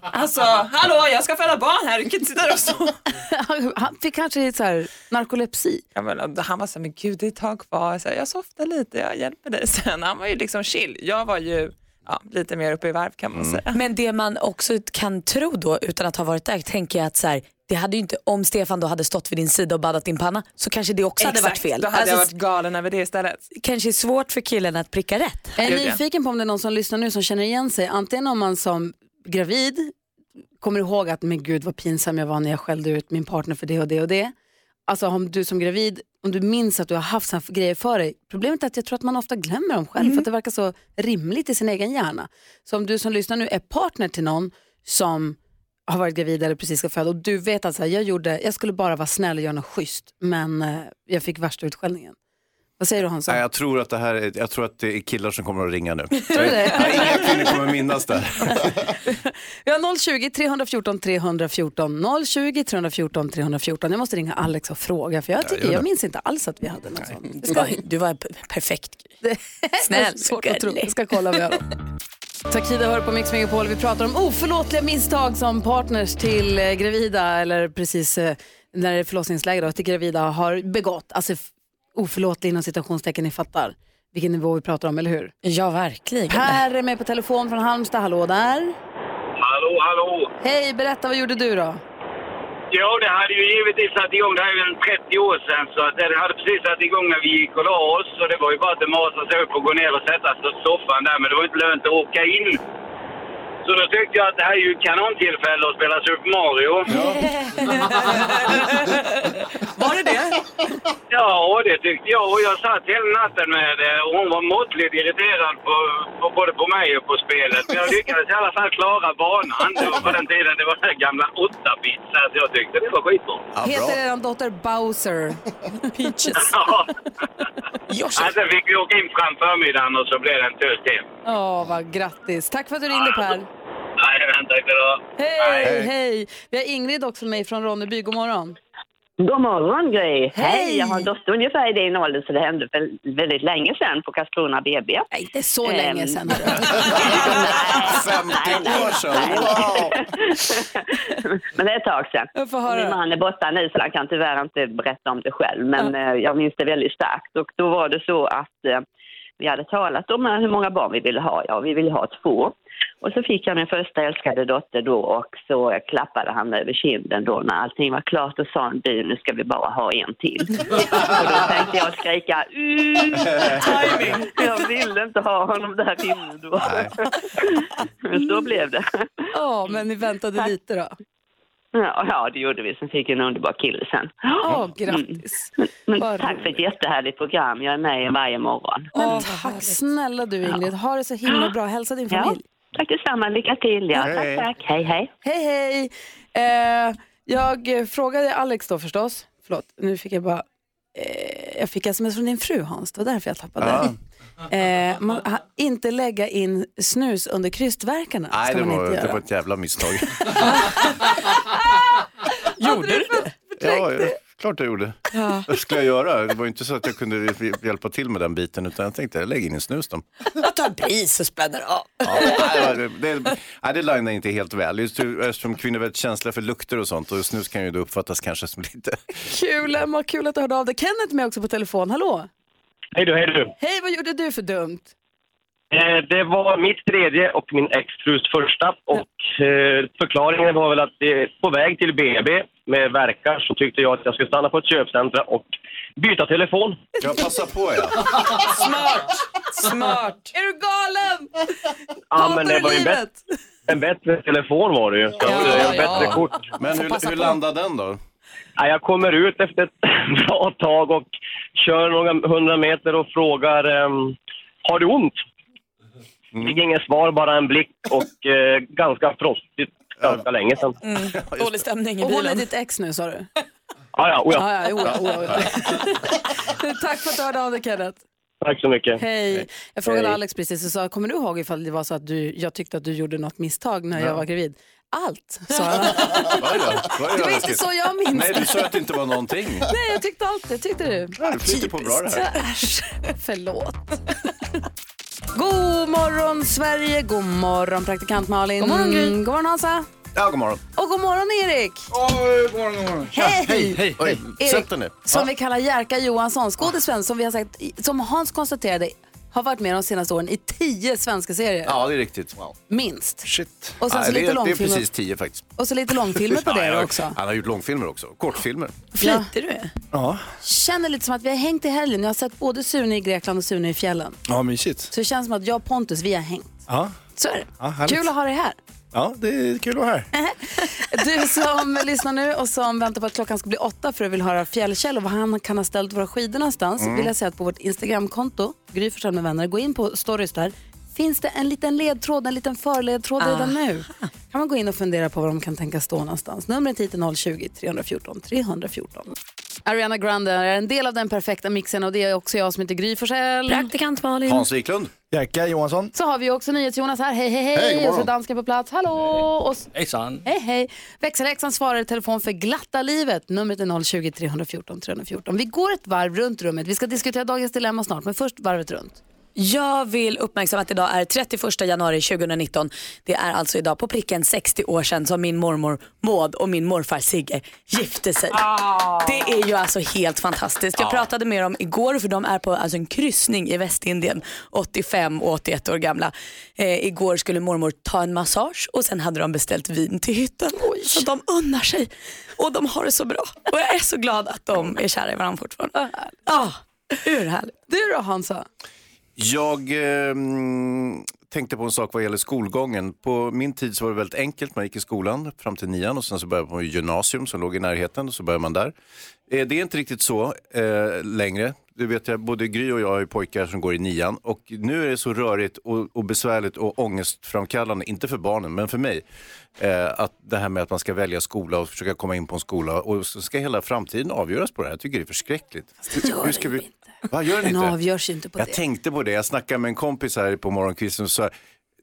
Speaker 3: Alltså, hallå, jag ska föda barn här, du kan inte sitta där och sova.
Speaker 1: Han fick kanske så här, narkolepsi.
Speaker 3: Ja, men, han var så här, Alltså, men gud det är ett tag kvar, så här, jag softar lite, jag hjälper dig sen. Han var ju liksom chill, jag var ju ja, lite mer uppe i varv kan man säga.
Speaker 4: Men det man också kan tro då utan att ha varit där tänker jag att så här, det hade ju inte, om Stefan då hade stått vid din sida och baddat din panna så kanske det också hade varit fel.
Speaker 3: Då hade
Speaker 4: Alltså,
Speaker 3: jag varit galen över det istället.
Speaker 4: Kanske är svårt för killen att pricka rätt.
Speaker 1: Jag
Speaker 3: Det
Speaker 1: är
Speaker 3: är det.
Speaker 1: nyfiken på om det är någon som lyssnar nu som känner igen sig. Antingen om man som gravid kommer ihåg att men gud vad pinsam jag var när jag skällde ut min partner för det och det och det. alltså om du som gravid, om du minns att du har haft såna här grejer för dig. Problemet är att jag tror att man ofta glömmer dem själv för att det verkar så rimligt i sin egen hjärna. Så om du som lyssnar nu är partner till någon som har varit gravid eller precis ska föda och du vet att så här, jag, gjorde, jag skulle bara vara snäll och göra något schysst men eh, jag fick värsta utskällningen. Vad säger du Hansa?
Speaker 2: Nej, jag, tror att det här är, jag tror att det är killar som kommer att ringa nu.
Speaker 1: Tror du det?
Speaker 2: Nej, Inga kvinnor kommer minnas det här.
Speaker 1: Vi har 020 314 314 020 314 314. Jag måste ringa Alex och fråga för jag, tycker,
Speaker 4: gör
Speaker 1: jag
Speaker 4: det.
Speaker 1: minns inte alls att vi hade något sånt.
Speaker 4: Du var, du var p- perfekt. Snäll,
Speaker 1: Svårt att tro.
Speaker 4: gullig.
Speaker 1: Jag ska kolla med honom. Takida hör på Mix Megapol. Vi pratar om oförlåtliga misstag som partners till eh, gravida eller precis eh, när det är förlossningsläge då, till gravida har begått. Alltså f- oförlåtlig inom citationstecken, ni fattar vilken nivå vi pratar om, eller hur?
Speaker 4: Ja, verkligen.
Speaker 1: Per är med på telefon från Halmstad. Hallå där.
Speaker 12: Hallå, hallå!
Speaker 1: Hej, berätta vad gjorde du då?
Speaker 12: Ja, det hade ju givetvis satt igång, det här är väl 30 år sedan, så att det hade precis satt igång när vi gick och la oss. Så det var ju bara att masa sig upp och gå ner och sätta sig på soffan där, men det var inte lönt att åka in. Så då tyckte jag att det här är ju ett kanontillfälle att spela Super Mario.
Speaker 5: Var det det?
Speaker 12: Ja, det tyckte jag. Och jag satt hela natten med det och hon var måttligt irriterad på, på både på mig och på spelet. Men jag lyckades i alla fall klara banan. Det var på den tiden det var den här gamla 8-bits, så att jag tyckte det var skitbra.
Speaker 1: Heter eran dotter Bowser? Peaches.
Speaker 12: Ja, sen fick Alltså, vi åka in fram förmiddagen och så blev det en tös till.
Speaker 1: Åh, vad grattis. Tack för att du ringde Per.
Speaker 12: Nej, vänta, inte då.
Speaker 1: Hej, hej. Vi har Ingrid också med från Ronneby. God morgon.
Speaker 13: God morgon Gry!
Speaker 1: Hej!
Speaker 13: Jag har en dotter ungefär i din ålder så det hände väl väldigt länge sedan på Karlskrona Ehm, BB. Nej,
Speaker 1: inte så länge sedan.
Speaker 13: 50 år sedan, Men det är ett tag sedan. Min man är borta nu så han kan tyvärr inte berätta om det själv men eh, jag minns det väldigt starkt och då var det så att eh, vi hade talat om eh, hur många barn vi ville ha. Ja, vi ville ha två. Och så fick jag min första älskade dotter då och så klappade han mig över kinden då när allting var klart och sa du nu ska vi bara ha en till. och då tänkte jag skrika "Mm." Jag ville inte ha honom där inne då. Men så blev det.
Speaker 1: Ja, men ni väntade lite då.
Speaker 13: Ja, ja, det gjorde vi. Sen fick vi en underbar kille sen.
Speaker 1: Åh,
Speaker 13: Mm.
Speaker 1: grattis.
Speaker 13: Men tack för ett jättehärligt program. Jag är med varje morgon.
Speaker 1: Åh, tack snälla du Ingrid. Ha det så himla bra. Hälsa din familj.
Speaker 13: Tack detsamma. Lycka till. Ja. Tack, tack. Hej, hej.
Speaker 1: Hej, hej. Eh, jag eh, frågade Alex då förstås. Förlåt, nu fick jag bara... Eh, jag fick sms från din fru Hans, det var därför jag tappade. Eh, man, ha, inte lägga in snus under krystverkarna.
Speaker 2: Nej,
Speaker 1: ska
Speaker 2: det
Speaker 1: man
Speaker 2: var,
Speaker 1: inte göra.
Speaker 2: det var ett jävla misstag.
Speaker 1: Gjorde du
Speaker 2: Ja, ja, klart jag gjorde. Vad skulle jag göra? Det var ju inte så att jag kunde hj- hjälpa till med den biten utan jag tänkte jag lägger in en snus då.
Speaker 4: Jag tar bris och spänner av.
Speaker 2: Ja, nej, det, det, nej, det linar inte helt väl. Just hur- eftersom kvinnor är väldigt känsliga för lukter och sånt och snus kan ju då uppfattas kanske som lite...
Speaker 1: Kul Emma, kul att du hörde av dig. Kenneth är med också på telefon, hallå.
Speaker 14: Hej du, hej du.
Speaker 1: Hej, vad gjorde du för dumt?
Speaker 14: Eh, det var mitt tredje och min exfrus första. Och eh, förklaringen var väl att eh, på väg till BB med verkar så tyckte jag att jag skulle stanna på ett köpcentra och byta telefon.
Speaker 2: Jag passar på ja.
Speaker 1: Smart! Smart! Är du galen?
Speaker 14: Ja, men
Speaker 1: Hatar
Speaker 14: det
Speaker 1: du
Speaker 14: var ju en,
Speaker 1: livet?
Speaker 14: bättre, en bättre telefon var det ju. Ja, en bättre kort.
Speaker 2: Men hur, hur landade den då?
Speaker 14: Ja, jag kommer ut efter ett bra tag och kör några hundra meter och frågar ehm, har du ont?
Speaker 2: Mm.
Speaker 14: Fick inget svar, bara en blick och eh, ganska frostigt ganska länge sedan.
Speaker 4: Mm. Dålig stämning i
Speaker 1: Och hon är
Speaker 4: bilen.
Speaker 1: ditt ex nu sa du?
Speaker 14: Ja, ja,
Speaker 2: oh
Speaker 14: oja.
Speaker 1: Ja, ja, oja, oja, oja. Tack för att du hörde av dig Kenneth.
Speaker 14: Tack så mycket.
Speaker 1: Hej. Jag frågade
Speaker 14: Hej.
Speaker 1: Alex precis och sa, kommer du ihåg ifall det var så att du, jag tyckte att du gjorde något misstag när jag var gravid? Allt, sa han.
Speaker 2: Vad är det? Vad är
Speaker 1: Det var
Speaker 2: läskigt?
Speaker 1: inte så jag minns
Speaker 2: Nej,
Speaker 1: det.
Speaker 2: du sa att det inte var någonting.
Speaker 1: Nej, jag tyckte allt det. Tyckte du?
Speaker 2: Ja, det flyter på bra det här.
Speaker 1: Äsch, förlåt. God morgon Sverige, god morgon praktikant Malin.
Speaker 2: God morgon, Gry.
Speaker 1: God morgon Hansa.
Speaker 2: Ja, god morgon.
Speaker 1: Och god morgon Erik.
Speaker 15: god morgon, god morgon.
Speaker 2: Ja,
Speaker 1: Hej!
Speaker 2: hej, hej, hej.
Speaker 1: Erik,
Speaker 2: Sätt dig ner.
Speaker 1: Som
Speaker 2: Ja.
Speaker 1: vi kallar Jerka Johansson, skådespelaren som vi har sagt, som Hans konstaterade, har varit med de senaste åren i tio svenska serier.
Speaker 2: Ja, det är riktigt.
Speaker 1: Minst.
Speaker 2: Shit.
Speaker 1: Och sen så
Speaker 2: det,
Speaker 1: lite
Speaker 2: är, det är
Speaker 1: långfilmer.
Speaker 2: precis tio faktiskt.
Speaker 1: Och så lite långfilmer på
Speaker 2: Ja,
Speaker 1: det
Speaker 2: jag-
Speaker 1: också.
Speaker 2: Han har gjort långfilmer också, kortfilmer.
Speaker 1: Flitar du?
Speaker 15: Ja.
Speaker 1: Känner lite som att vi har hängt i helgen. Jag har sett både Sune i Grekland och Sune i fjällen.
Speaker 15: Ja, mysigt.
Speaker 1: Så det känns som att jag och Pontus, vi har hängt.
Speaker 15: Ja.
Speaker 1: Så är det.
Speaker 15: Ja, härligt.
Speaker 1: Kul att ha dig här.
Speaker 2: Ja, det är kul att vara här.
Speaker 1: Du som lyssnar nu och som väntar på att klockan ska bli åtta för att vill höra Fjällkäll och var han kan ha ställt våra skidor någonstans
Speaker 5: Mm.
Speaker 1: vill jag säga att på vårt Instagramkonto, Gry Forssell med vänner, gå in på stories där, finns det en liten ledtråd, en liten förledtråd redan nu. kan man gå in och fundera på var de kan tänka stå någonstans. Numret hit är 020-314 314. Ariana Grande är en del av den perfekta mixen och det är också jag som heter Gry Forssell. Praktikant Malin.
Speaker 2: Hans Wiklund.
Speaker 15: Jerka Johansson.
Speaker 1: Så har vi också NyhetsJonas här, hej hej
Speaker 15: Hej,
Speaker 1: hej,
Speaker 15: god
Speaker 1: och så
Speaker 15: morgon.
Speaker 1: dansken på plats, hallå! Och så-
Speaker 16: Hejsan.
Speaker 1: Hej, hej. Växelhäxan svarar i telefon för glatta livet. Numret är 020-314 314. Vi går ett varv runt rummet. Vi ska diskutera dagens dilemma snart, men först varvet runt.
Speaker 4: Jag vill uppmärksamma att idag är 31 januari 2019. Det är alltså idag på pricken 60 år sedan som min mormor Maud och min morfar Sigge gifte sig.
Speaker 1: Ah.
Speaker 4: Det är ju alltså helt fantastiskt. Jag
Speaker 5: Ah.
Speaker 4: pratade med dem igår för de är på alltså en kryssning i Västindien, 85 och 81 år gamla. Eh, igår skulle mormor ta en massage och sen hade de beställt vin till hytten. Så de unnar sig och de har det så bra. Och jag är så glad att de är kära i varandra fortfarande. Ah, hur härligt.
Speaker 1: Du då Hansa?
Speaker 2: Jag eh, mm, tänkte på en sak vad gäller skolgången. På min tid så var det väldigt enkelt. Man gick i skolan fram till nian och sen så började man på gymnasium som låg i närheten och så började man där. Eh, det är inte riktigt så eh, längre. Du vet, jag, både Gry och jag har ju pojkar som går i nian och nu är det så rörigt och, och besvärligt och ångestframkallande, inte för barnen men för mig, eh, att det här med att man ska välja skola och försöka komma in på en skola och så ska hela framtiden avgöras på det här. Jag tycker det är förskräckligt. Hur- Hur ska vi... Va, gör den
Speaker 1: Den
Speaker 2: inte?
Speaker 1: avgörs ju inte på
Speaker 2: jag
Speaker 1: det.
Speaker 2: tänkte på det, jag snackade med en kompis här på morgonkvisten och sa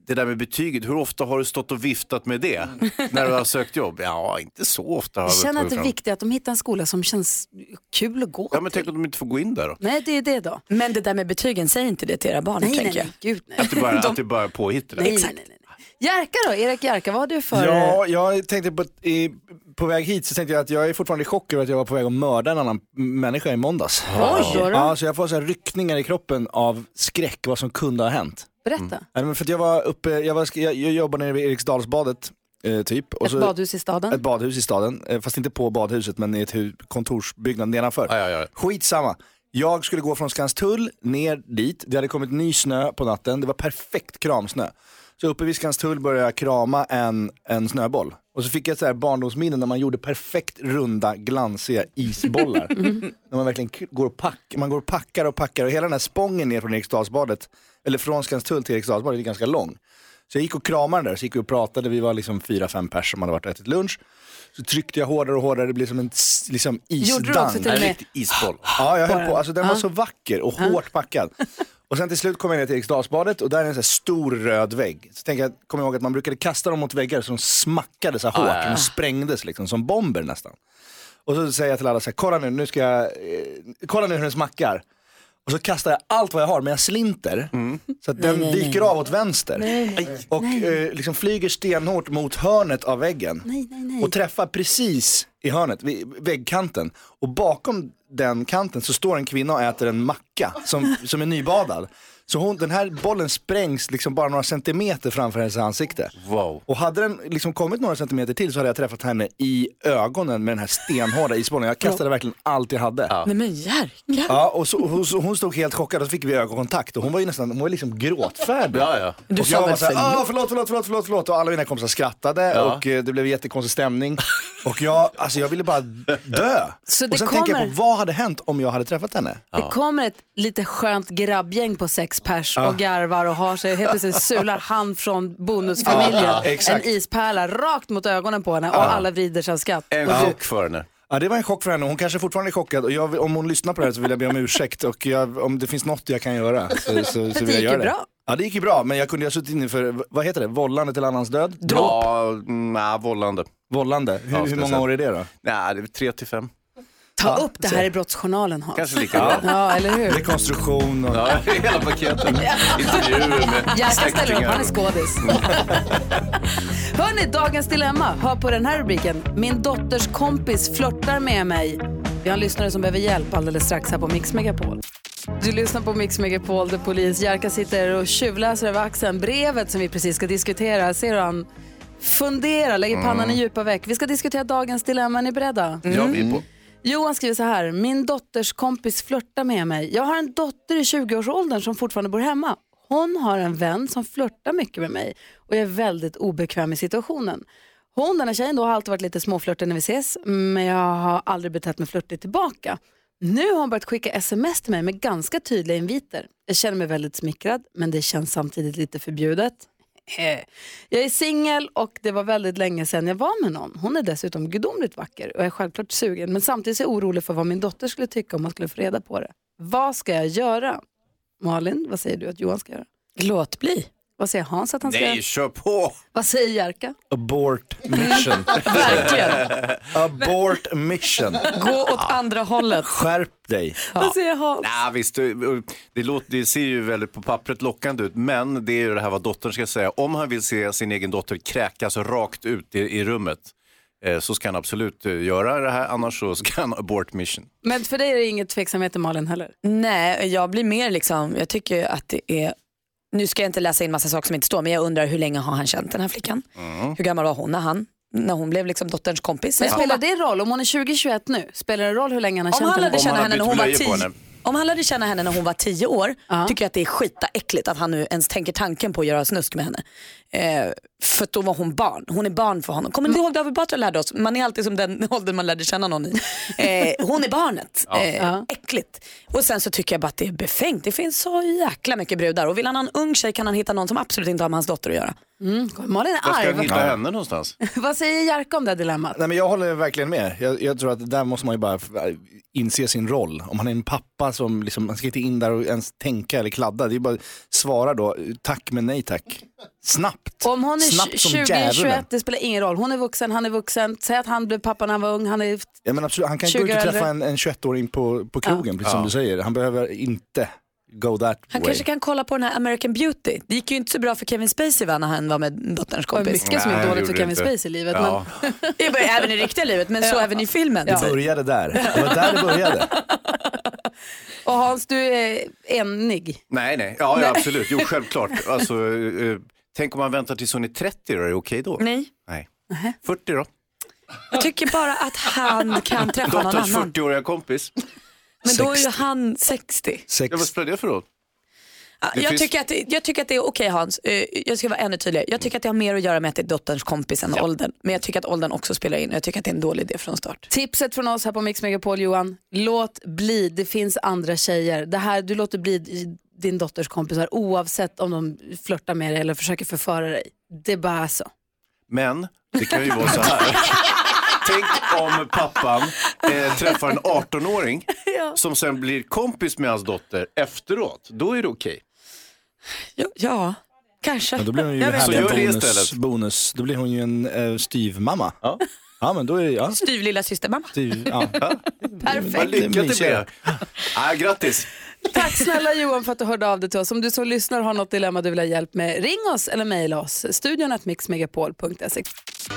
Speaker 2: det där med betyget, hur ofta har du stått och viftat med det när du har sökt jobb? Ja, inte så ofta. Har
Speaker 1: Mm. Jag känner
Speaker 2: väl
Speaker 1: att det är
Speaker 2: fram.
Speaker 1: viktigt att de hittar en skola som känns kul att gå
Speaker 2: Ja, men tänk om de inte får gå in där då?
Speaker 1: Nej, det är det då.
Speaker 4: Men det där med betygen, säg inte det till era barn
Speaker 1: Nej,
Speaker 4: tänker
Speaker 1: nej, nej. Gud, nej.
Speaker 2: Att det bara, att det bara är påhitt. det där.
Speaker 1: Nej, nej, nej, nej. Jerka då, Erik Jerka, vad har du för...
Speaker 15: Ja, jag tänkte på, i, på väg hit så tänkte jag att jag är fortfarande i chock över att jag var på väg att mörda en annan m- människa i måndags.
Speaker 1: Oj då.
Speaker 15: Ja, så jag får så här ryckningar i kroppen av skräck vad som kunde ha hänt.
Speaker 1: Berätta.
Speaker 2: Mm.
Speaker 15: Nej, men för att jag var uppe, jag, var, jag, jag jobbade nere vid Eriksdalsbadet. Eh, typ. Och
Speaker 1: Ett badhus i staden?
Speaker 15: Ett badhus i staden, eh, fast inte på badhuset men i ett hu- kontorsbyggnad nedanför. Skitsamma. Jag skulle gå från Skanstull ner dit, det hade kommit ny snö på natten, det var perfekt kramsnö. Så uppe vid Skanstull började jag krama en, en snöboll. Och så fick jag ett så här barndomsminne när man gjorde perfekt runda glansiga isbollar. När man verkligen k- går och, pack, man går och packar och packar och hela den här spången ner från Eriksdalsbadet, eller från Skanstull till Eriksdalsbadet, är ganska lång. Så jag gick och kramade den där, så gick vi och pratade, vi var liksom fyra, fem pers som hade varit och ätit lunch. Så tryckte jag hårdare och hårdare, det blev som en s- liksom isdang.
Speaker 1: Gjorde du också till och med- En riktig
Speaker 2: isboll.
Speaker 15: Ja, jag
Speaker 1: Bara.
Speaker 15: höll på. Alltså den
Speaker 1: Ja.
Speaker 15: var så vacker och hårt packad. Och sen till slut kom jag ner till Eriksdalsbadet och där är en så här stor röd vägg. Så tänker jag, kommer jag ihåg att man brukade kasta dem mot väggar så de smackade så här
Speaker 2: Ah,
Speaker 15: hårt,
Speaker 2: ja, ja.
Speaker 15: de sprängdes liksom som bomber nästan. Och så säger jag till alla så här, kolla nu, nu ska jag, eh, kolla nu hur den smackar. Och så kastar jag allt vad jag har, men jag slinter. Så att
Speaker 5: Nej,
Speaker 15: den
Speaker 5: nej, nej,
Speaker 15: viker av åt vänster.
Speaker 5: Nej, nej, nej.
Speaker 15: Och eh, liksom flyger stenhårt mot hörnet av väggen. Och träffar precis i hörnet, vid väggkanten. Och bakom den kanten så står en kvinna och äter en macka som, som är nybadad. Så hon, den här bollen sprängs liksom bara några centimeter framför hennes ansikte.
Speaker 2: Wow.
Speaker 15: Och hade den liksom kommit några centimeter till så hade jag träffat henne i ögonen med den här stenhårda isbollen. Jag kastade verkligen allt jag hade.
Speaker 4: Nej men Jerka.
Speaker 15: Ja, och så, hon, så, hon stod helt chockad och så fick vi ögonkontakt och hon var ju nästan, hon var liksom gråtfärdig.
Speaker 2: Ja, ja.
Speaker 5: Du
Speaker 15: och
Speaker 5: sa
Speaker 15: jag var
Speaker 5: väl
Speaker 15: såhär,
Speaker 5: förlåt?
Speaker 15: ah, förlåt, förlåt, förlåt, förlåt, förlåt. Och alla mina kompisar skrattade
Speaker 5: Ja.
Speaker 15: och eh, det blev jättekonstig stämning. Och jag, alltså jag ville bara dö.
Speaker 1: Så det
Speaker 15: och sen tänker jag
Speaker 1: kommer-
Speaker 15: på, vad hade hänt om jag hade träffat henne?
Speaker 1: Det kommer ett lite skönt grabbgäng på sex pers
Speaker 15: Ja.
Speaker 1: och garvar och har sig, helt plötsligt sular han från bonusfamiljen
Speaker 15: Ja, exakt.
Speaker 1: en ispärla rakt mot ögonen på henne och
Speaker 15: Ja.
Speaker 1: alla vrider sig av skratt.
Speaker 2: En
Speaker 1: Och du-
Speaker 2: chock för henne.
Speaker 15: Ja, det var en chock för henne. Hon kanske fortfarande är chockad och jag, vill- om hon lyssnar på det här så vill jag be om ursäkt och jag, om det finns något jag kan göra så, så,
Speaker 1: Men
Speaker 15: så
Speaker 1: det
Speaker 15: vill jag
Speaker 1: gick ju
Speaker 15: göra det.
Speaker 1: bra.
Speaker 15: Ja, det gick ju bra, men jag kunde ju ha suttit inne för, vad heter det, vållande till annans död?
Speaker 2: Dråp? Ja, nej, vållande.
Speaker 15: Vållande? Hur, hur många år är det då?
Speaker 2: Nej, det är tre till fem.
Speaker 1: Ta
Speaker 15: Ja,
Speaker 1: upp det här i Brottsjournalen Hans.
Speaker 2: Kanske lika bra.
Speaker 1: Ja, eller hur?
Speaker 15: Rekonstruktion och...
Speaker 2: Ja, hela paketet. Intervjuer med
Speaker 1: Jerka ställer upp,
Speaker 2: släktingar.
Speaker 1: han är skådis. Hörni, dagens dilemma. Hör på den här rubriken. Min dotters kompis flörtar med mig. Vi har en lyssnare som behöver hjälp alldeles strax här på Mix Megapol. Du lyssnar på Mix Megapol där polis Jerka sitter och tjuvläser över axeln brevet som vi precis ska diskutera. Ser du han funderar, lägger pannan
Speaker 5: Mm.
Speaker 1: i djupa veck. Vi ska diskutera dagens dilemma. Är ni beredda?
Speaker 5: Ja, vi är på.
Speaker 1: Johan skriver så här. Min dotters kompis flörtar med mig. Jag har en dotter i 20-årsåldern som fortfarande bor hemma. hon har en vän som flörtar mycket med mig och jag är väldigt obekväm i situationen. Hon, den här tjejen då, har alltid varit lite småflörtig när vi ses men jag har aldrig betett mig flörtigt tillbaka. Nu har hon börjat skicka sms till mig med ganska tydliga inviter. Jag känner mig väldigt smickrad men det känns samtidigt lite förbjudet. Eh, Jag är singel och det var väldigt länge sedan jag var med någon. Hon är dessutom gudomligt vacker och jag är självklart sugen men samtidigt är jag orolig för vad min dotter skulle tycka om hon skulle få reda på det. Vad ska jag göra? Malin, vad säger du att Johan ska göra?
Speaker 4: Låt bli.
Speaker 1: Vad säger Hans att han ska
Speaker 2: Nej,
Speaker 1: göra?
Speaker 2: kör på!
Speaker 1: Vad säger Jerka?
Speaker 15: Abort mission.
Speaker 1: Verkligen.
Speaker 15: Abort mission.
Speaker 4: Gå åt andra hållet.
Speaker 15: Skärp dig.
Speaker 1: Vad säger Hans?
Speaker 2: Nej, visst, det, det, låter, det ser ju väldigt på pappret lockande ut, men det är ju det här vad dottern ska säga. Om han vill se sin egen dotter kräkas rakt ut i, i rummet eh, så ska han absolut eh, göra det här, annars så ska han abort mission.
Speaker 1: Men för dig är det inget tveksamhet i Malin heller?
Speaker 4: Nej, jag blir mer liksom, jag tycker ju att det är, nu ska jag inte läsa in massa saker som inte står, men jag undrar hur länge har han känt den här flickan? Hur gammal var hon när han, när hon blev liksom dotterns kompis?
Speaker 1: Men
Speaker 4: Ja.
Speaker 1: spelar det roll, om hon är 20-21 nu, spelar det roll hur länge han har
Speaker 4: Om
Speaker 1: känt
Speaker 4: han lärde känna henne när hon var
Speaker 1: tio.
Speaker 4: tio, om han lärde känna henne när hon var tio år, tycker jag att det är skitaäckligt att han nu ens tänker tanken på att göra snusk med henne. Eh, för att då var hon barn, hon är barn för honom. Kommer ni ihåg David Batra lärde oss? Man är alltid som den åldern man lärde känna någon i. Eh, hon är barnet,
Speaker 5: Ja.
Speaker 4: eh,
Speaker 5: Ja.
Speaker 4: äckligt. Och sen så tycker jag bara att det är befängt. Det finns så jäkla mycket brudar och vill han ha en ung tjej kan han hitta någon som absolut inte har med hans dotter att göra.
Speaker 1: Mm. Malin är
Speaker 2: Var ska
Speaker 1: arg.
Speaker 2: han hitta
Speaker 1: Vad-
Speaker 2: henne någonstans?
Speaker 1: Vad säger Jerka om det här dilemmat?
Speaker 15: Nej, men jag håller verkligen med. Jag, jag tror att där måste man ju bara eh, inse sin roll. Om han är en pappa som liksom, man ska inte in där och ens tänka eller kladda. Det är bara svara då, tack men nej tack. Snabbt.
Speaker 1: Om hon är
Speaker 15: Snabbt som
Speaker 1: 20,
Speaker 15: djävulen.
Speaker 1: 21, det spelar ingen roll. Hon är vuxen, han är vuxen. Säg att han blev pappa när han var ung, han är...
Speaker 15: Ja, men absolut, han kan
Speaker 1: 20
Speaker 15: gå ut och träffa
Speaker 1: äldre.
Speaker 15: en, en 21-åring på, på krogen, precis som
Speaker 1: Ja.
Speaker 15: du säger. Han behöver inte go that
Speaker 4: Han
Speaker 15: way.
Speaker 4: kanske kan kolla på den här American Beauty. Det gick ju inte så bra för Kevin Spacey va, när han var med dotterns
Speaker 1: var
Speaker 4: kompis.
Speaker 1: mycket som gick Nej, dåligt det för gjorde Kevin det inte. Spacey i livet, Ja.
Speaker 4: Jag bara, även i riktiga livet, men så även i filmen.
Speaker 15: Det började där. Det var där det började.
Speaker 1: Och Hans, du är enig.
Speaker 2: Nej, nej. Ja, ja absolut. Jo, självklart. Alltså, eh, tänk om man väntar tills hon är 30 då, är det okej då?
Speaker 4: Nej.
Speaker 2: nej. 40 då?
Speaker 4: Jag tycker bara att han kan träffa någon
Speaker 2: Dotterns
Speaker 4: annan.
Speaker 2: 40-åriga kompis.
Speaker 4: Men då är ju han 60.
Speaker 2: Ja, vad spelar det för roll?
Speaker 4: Ja,
Speaker 2: Det
Speaker 4: Jag
Speaker 2: finns-
Speaker 4: tycker, att, jag tycker att det är okej Hans, Eh, jag ska vara ännu tydligare. Jag tycker att det har mer att göra med att det är dotterns kompis än åldern. Men jag tycker att åldern också spelar in och jag tycker att det är en dålig idé från start.
Speaker 1: Tipset från oss här på Mix Megapol, Johan. Låt bli, det finns andra tjejer. Det här, du låter bli din dotters kompisar oavsett om de flörtar med dig eller försöker förföra dig. Det är bara så.
Speaker 2: Men det kan ju vara så här. Tänk om pappan eh, träffar en 18-åring som sen blir kompis med hans dotter efteråt. Då är det okej.
Speaker 4: Ja, ja kanske.
Speaker 15: Ja, då blir hon ju
Speaker 2: Jag vet
Speaker 15: härlig
Speaker 2: inte. Så gör det
Speaker 15: bonus,
Speaker 2: istället.
Speaker 15: bonus. Då blir hon ju en eh, styvmamma.
Speaker 2: Ja.
Speaker 15: ja, men då är det... Ja.
Speaker 4: Styv lilla systermamma.
Speaker 15: Styv, ja.
Speaker 2: Vad lyckat
Speaker 1: Perfekt.
Speaker 2: det blev.
Speaker 15: mysigare.
Speaker 2: Ah, grattis.
Speaker 1: Tack snälla Johan för att du hörde av dig till oss. Om du som lyssnar har något dilemma du vill ha hjälp med, ring oss eller mejla oss. Studion at mixmegapol.se.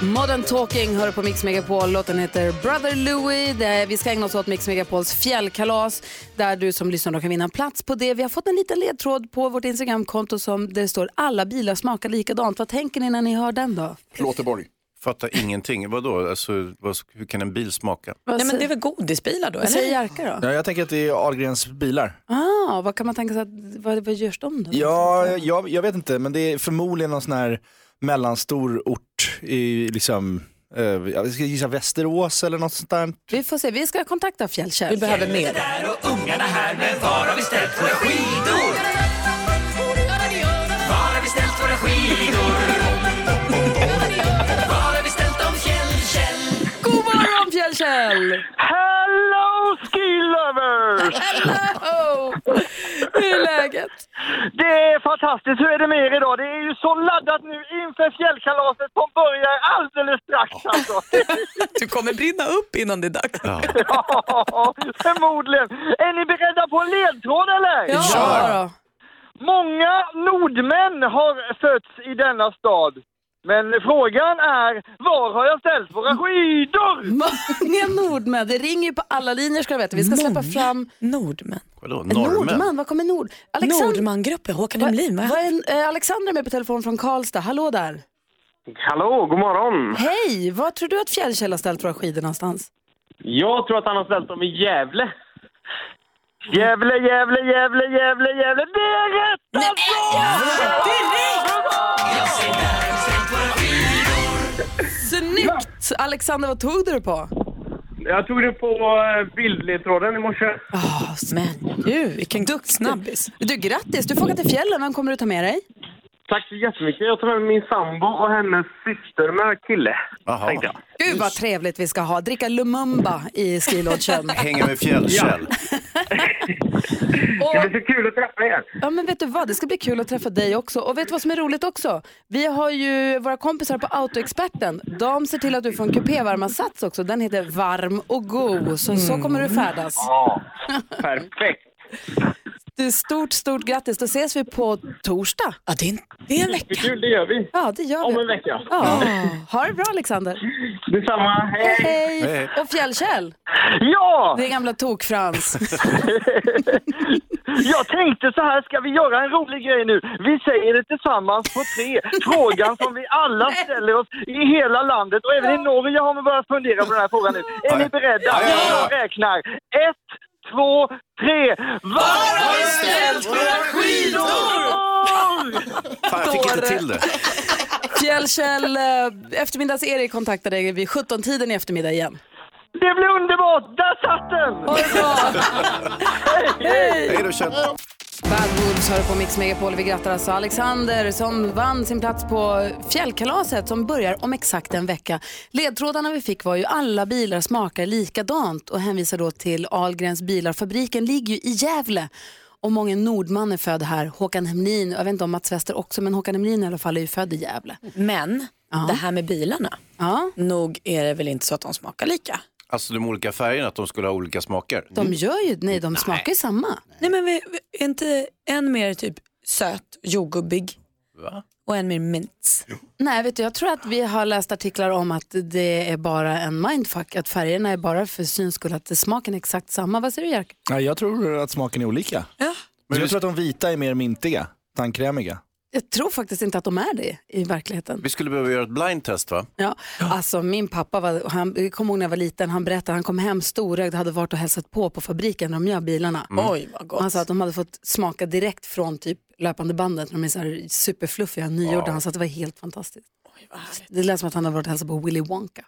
Speaker 1: Modern Talking hör på Mix Megapol. Låten heter Brother Louie. Det är- Vi ska ägna oss åt Mix Megapols fjällkalas där du som lyssnar då kan vinna en plats på det. Vi har fått en liten ledtråd på vårt Instagramkonto som det står alla bilar smakar likadant. Vad tänker ni när ni hör den då?
Speaker 2: Plåterborg. Fattar ingenting. Vadå? Alltså, vad, hur kan en bil smaka?
Speaker 4: Nej, men det är väl godisbilar då?
Speaker 1: Vad
Speaker 4: eller?
Speaker 1: säger Jerka då?
Speaker 15: Ja, jag tänker att det är Ahlgrens bilar.
Speaker 1: Ah, vad kan man tänka sig? Att, vad, vad görs de då?
Speaker 15: Ja, jag, jag vet inte, men det är förmodligen någon sån här mellanstor ort i liksom, eh, jag ska gissa Västerås eller något sånt där.
Speaker 1: Vi får se. Vi ska kontakta Fjällkär. Vi
Speaker 4: behöver mer.
Speaker 5: Ungarna här, men var har vi ställt våra skidor? Var har vi ställt våra skidor? Var har vi ställt dem, Kjell, Kjell?
Speaker 1: God morgon Fjällkäll!
Speaker 5: Hello ski lovers!
Speaker 1: Hello! Hur är läget?
Speaker 5: Det är fantastiskt. Hur är det med er idag? Det är ju så laddat nu inför fjällkalaset som börjar alldeles strax alltså.
Speaker 4: Du kommer brinna upp innan det är dags.
Speaker 5: Ja, förmodligen. Är ni beredda på en ledtråd eller?
Speaker 4: Ja. Ja
Speaker 1: då.
Speaker 5: Många nordmän har fötts i denna stad. Men frågan är, var har jag ställt våra skidor?
Speaker 1: Många nordmän. Det ringer ju på alla linjer ska du veta. Vi ska släppa fram...
Speaker 4: Nordmän?
Speaker 2: Vadå?
Speaker 1: Nordman,
Speaker 2: Norrmän?
Speaker 1: var kommer Nord...
Speaker 4: Nordmangruppen, Håkan Hemlin va?
Speaker 1: Vad är, eh, Alexander är med på telefon från Karlstad. Hallå där!
Speaker 16: Hallå, god
Speaker 12: Mm.
Speaker 16: morgon!
Speaker 1: Hej! Var tror du att Fjällkäll har ställt våra skidor någonstans?
Speaker 16: Jag tror att han har ställt dem i Gävle. Gävle, Gävle, Gävle, Gävle, Gävle. Det är rätt alltså!
Speaker 1: Snyggt! Alexander, vad tog du det på?
Speaker 16: Jag tog det på eh, bildledtråden i morse.
Speaker 1: men du, vilken duktig snabbis. Du, grattis! Du får åka till fjällen. Vem kommer du ta med dig?
Speaker 16: Tack så jättemycket. Jag tar med min sambo och hennes syster med kille.
Speaker 2: Aha.
Speaker 16: Tänkte jag.
Speaker 1: Gud vad trevligt vi ska ha. Dricka Lumumba i skilodgen.
Speaker 2: Hänga med fjällkäll.
Speaker 16: Det blir så kul att träffa er.
Speaker 1: Ja men vet du vad, det ska bli kul att träffa dig också. Och vet du vad som är roligt också? Vi har ju våra kompisar på Autoexperten. De ser till att du får en kupévärmarsats också. Den heter Varm och Go. Så, så kommer du färdas.
Speaker 16: Ja, perfekt.
Speaker 1: Du, stort, stort grattis. Då ses vi på torsdag. Ja, det är en, det är en vecka.
Speaker 16: Kul, det gör vi.
Speaker 1: Ja, det gör vi.
Speaker 16: Om en vecka.
Speaker 1: Ja. Ha det bra Alexander.
Speaker 16: Detsamma. Hej.
Speaker 1: Hej.
Speaker 16: Hej.
Speaker 1: Och Fjällkäll.
Speaker 16: Ja!
Speaker 1: Det är gamla Tok-Frans.
Speaker 16: Jag tänkte så här, ska vi göra en rolig grej nu? Vi säger det tillsammans på tre. Frågan som vi alla ställer oss i hela landet och även i Norge har man börjat fundera på den här frågan nu. Är ni beredda? Jag räknar. Ett, två, tre. Var har ställt våra skidor?
Speaker 2: Fan, jag fick inte till det.
Speaker 1: Fjällkäll, eh, eftermiddags-Erik kontaktar dig vid 17-tiden i eftermiddag igen.
Speaker 16: Det blir underbart! Där satt den!
Speaker 1: Ha det bra! Hej!
Speaker 2: Hej då, Kjell.
Speaker 1: Bad Wolves hör på Mix Megapol. Vi grattar alltså Alexander som vann sin plats på fjällkalaset som börjar om exakt en vecka. Ledtrådarna vi fick var ju alla bilar smakar likadant och hänvisar då till Ahlgrens bilar. Fabriken ligger ju i Gävle och många Nordman är född här. Håkan Hemlin, jag vet inte om Mats Wester också, men Håkan Hemlin i alla fall är ju född i Gävle.
Speaker 4: Men det här med bilarna, nog är det väl inte så att de smakar lika?
Speaker 2: Alltså de olika färgerna, att de skulle ha olika smaker.
Speaker 1: De gör ju, nej de smakar ju samma.
Speaker 4: Nej men vi, vi, är inte en mer typ söt, jordgubbig och en mer mint?
Speaker 1: Nej, vet du, jag tror att vi har läst artiklar om att det är bara en mindfuck, att färgerna är bara för syns skull, att smaken är exakt samma. Vad säger du Jerker?
Speaker 15: Ja, jag tror att smaken är olika. Men jag tror att de vita är mer mintiga, tandkrämiga.
Speaker 1: Jag tror faktiskt inte att de är det i verkligheten.
Speaker 2: Vi skulle behöva göra ett blindtest va?
Speaker 1: Ja, alltså min pappa, var, han, jag kommer ihåg när jag var liten, han berättade, han kom hem storögd, hade varit och hälsat på på fabriken när de gör bilarna.
Speaker 4: Mm. Oj, vad gott.
Speaker 1: Han sa att de hade fått smaka direkt från typ löpande bandet, när de är så här superfluffiga, nygjorda.
Speaker 4: Wow.
Speaker 1: Han sa att det var helt fantastiskt. det lät som att han hade varit och hälsat på Willy Wonka.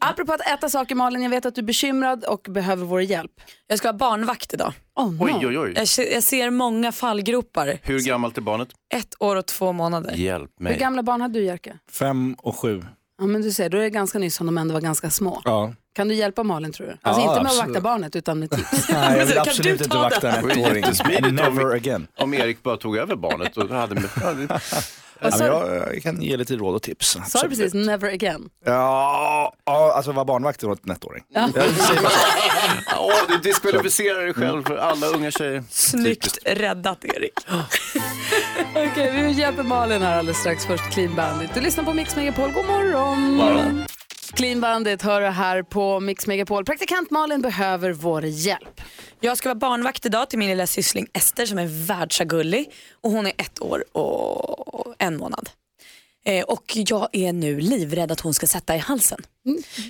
Speaker 1: Apropå att äta saker Malin, jag vet att du är bekymrad och behöver vår hjälp.
Speaker 4: Jag ska ha barnvakt idag.
Speaker 1: Oh, no.
Speaker 2: Oj, oj, oj.
Speaker 4: Jag, se- jag ser många fallgropar.
Speaker 2: Hur gammalt är barnet?
Speaker 4: Ett år och två månader.
Speaker 2: Hjälp
Speaker 1: Hur
Speaker 2: mig.
Speaker 1: gamla barn hade du Jerka?
Speaker 15: Fem och sju.
Speaker 1: Ja men du ser, då är det ganska nyss som de ändå var ganska små.
Speaker 15: Ja.
Speaker 1: Kan du hjälpa Malin tror du? Alltså
Speaker 15: Ja,
Speaker 1: inte med att
Speaker 15: absolut.
Speaker 1: vakta barnet utan med tips.
Speaker 15: Nej, jag
Speaker 1: Men så
Speaker 15: vill
Speaker 1: kan du
Speaker 15: absolut
Speaker 1: ta
Speaker 15: inte
Speaker 1: det.
Speaker 15: vakta en
Speaker 2: Det var ju
Speaker 15: ettåring.
Speaker 2: jättesmidigt
Speaker 15: Never
Speaker 2: om-
Speaker 15: again.
Speaker 2: Om Erik bara tog över barnet och hade...
Speaker 15: Ja, men jag, jag kan ge lite råd och tips.
Speaker 1: Alltså- Sa du precis never again?
Speaker 15: Ja, ja, alltså vara barnvakt åt en ettåring.
Speaker 1: Ja.
Speaker 2: Åh, du diskvalificerar dig själv för alla unga tjejer.
Speaker 4: Snyggt räddat Erik.
Speaker 1: Okej, vi hjälper Malin här alldeles strax. Först Clean Bandit. Du lyssnar på Mix Megapol. God morgon!
Speaker 5: Morgon.
Speaker 1: Clean Bandit hör du här på Mix Megapol. Praktikant Malin behöver vår hjälp.
Speaker 4: Jag ska vara barnvakt idag till min lilla syssling Ester som är världsagullig och hon är ett år och en månad. Eh, och jag är nu livrädd att hon ska sätta i halsen.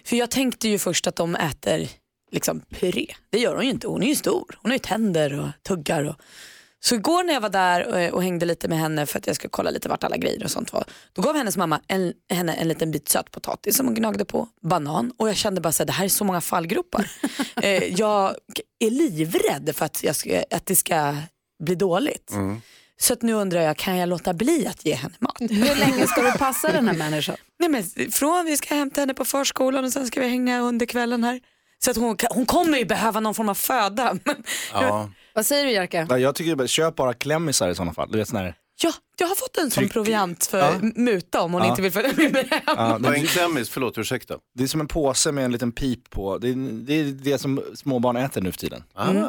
Speaker 4: För jag tänkte ju först att de äter liksom puré. Det gör hon ju inte, hon är ju stor. Hon har ju tänder och tuggar. Och... Så igår när jag var där eh, och hängde lite med henne för att jag skulle kolla lite vart alla grejer och sånt var. Då gav hennes mamma en, henne en liten bit sötpotatis som hon gnagde på, banan och jag kände bara att det här är så många fallgropar. eh, jag är livrädd för att, jag ska, att det ska bli dåligt.
Speaker 15: Mm.
Speaker 4: Så att nu undrar jag, kan jag låta bli att ge henne mat?
Speaker 1: Hur länge ska du passa den här människan?
Speaker 4: Nej, men från vi ska hämta henne på förskolan och sen ska vi hänga under kvällen här. Så att hon, kan- hon kommer ju behöva någon form av föda. Men
Speaker 15: Ja.
Speaker 1: Vad säger du Jerka?
Speaker 15: Ja, jag tycker bara, köp bara klämmisar i sådana fall. Du vet sån här.
Speaker 4: Ja, jag har fått en sån proviant för
Speaker 15: Ja.
Speaker 4: muta om hon
Speaker 15: Ja.
Speaker 4: inte vill följa med mig hem.
Speaker 2: Vad är en klämmis? Förlåt, ursäkta.
Speaker 15: Det är som en påse med en liten pip på. Det är det, är det som småbarn äter nu för tiden.
Speaker 2: Ah.
Speaker 1: Mm.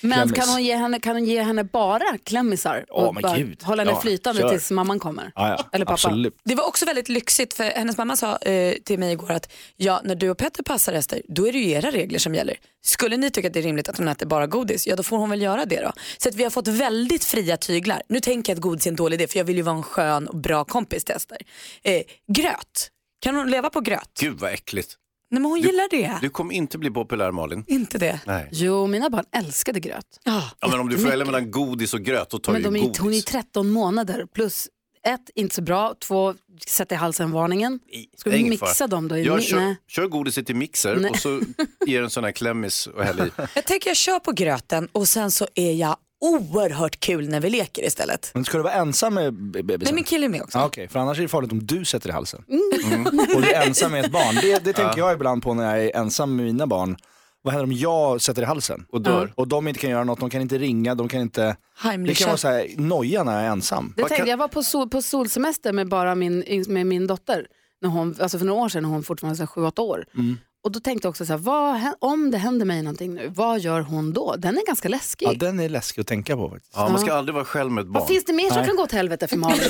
Speaker 1: Men kan hon, ge henne, kan hon ge henne bara klämmisar?
Speaker 15: Ja,
Speaker 1: Och
Speaker 15: men
Speaker 1: bara
Speaker 15: gud.
Speaker 1: Hålla henne
Speaker 15: Ja,
Speaker 1: flytande
Speaker 15: kör.
Speaker 1: tills mamman kommer?
Speaker 15: Ja, Ah, ja.
Speaker 1: Eller pappa?
Speaker 15: Absolut.
Speaker 4: Det var också väldigt lyxigt för hennes mamma sa eh, till mig igår att ja, när du och Petter passar Ester, då är det ju era regler som gäller. Skulle ni tycka att det är rimligt att hon äter bara godis, ja då får hon väl göra det då. Så att vi har fått väldigt fria tyglar. Nu tänker jag att godis är en dålig idé för jag vill ju vara en skön och bra kompis till Ester. Eh, gröt, kan hon leva på gröt?
Speaker 2: Gud vad äckligt.
Speaker 4: Nej, men hon gillar det.
Speaker 2: Du kommer inte bli populär Malin.
Speaker 4: Inte det.
Speaker 2: Nej.
Speaker 1: Jo, mina barn älskade gröt.
Speaker 2: Ja, men om du får välja mellan godis och gröt, då tar
Speaker 1: Men
Speaker 2: du
Speaker 1: de
Speaker 2: ju
Speaker 1: är,
Speaker 2: godis.
Speaker 1: hon är ju 13 månader plus ett, inte så bra, två, sätta i halsen varningen. Ska
Speaker 2: Det är
Speaker 1: vi
Speaker 2: ingen
Speaker 1: mixa
Speaker 2: fara.
Speaker 1: dem då? i
Speaker 2: Jag
Speaker 1: mi-
Speaker 2: kör,
Speaker 1: nej.
Speaker 2: kör godiset i mixer
Speaker 1: Nej.
Speaker 2: och så ger en sån här klämmis och häll i.
Speaker 4: Jag tänker jag kör på gröten och sen så är jag oerhört kul när vi leker istället.
Speaker 15: Men ska du vara ensam med be- bebisen?
Speaker 4: Nej, min kille är med också.
Speaker 15: Ah, Okej, för annars är det farligt om du sätter i halsen.
Speaker 1: Mm.
Speaker 15: Mm. Och du är ensam med ett barn. Det, det tänker jag ibland på när jag är ensam med mina barn. Vad händer om jag sätter i halsen? Och
Speaker 1: dör.
Speaker 15: Och de inte kan göra något, de kan inte ringa, de kan inte... Det
Speaker 1: Heimlicher.
Speaker 15: kan vara så här, noja när jag är ensam.
Speaker 1: Det tänkte, jag var på, sol, på solsemester med bara min, med min dotter när hon, alltså för några år sedan när hon fortfarande var 7-8 år.
Speaker 15: Mm.
Speaker 1: Och då tänkte jag också så här, vad, hä- om det händer mig någonting nu, vad gör hon då? Den är ganska läskig.
Speaker 15: Ja, den är läskig att tänka på faktiskt.
Speaker 1: Ja, man ska Ja.
Speaker 2: aldrig vara själv med ett
Speaker 1: Vad finns det mer som kan gå åt helvete för Malin?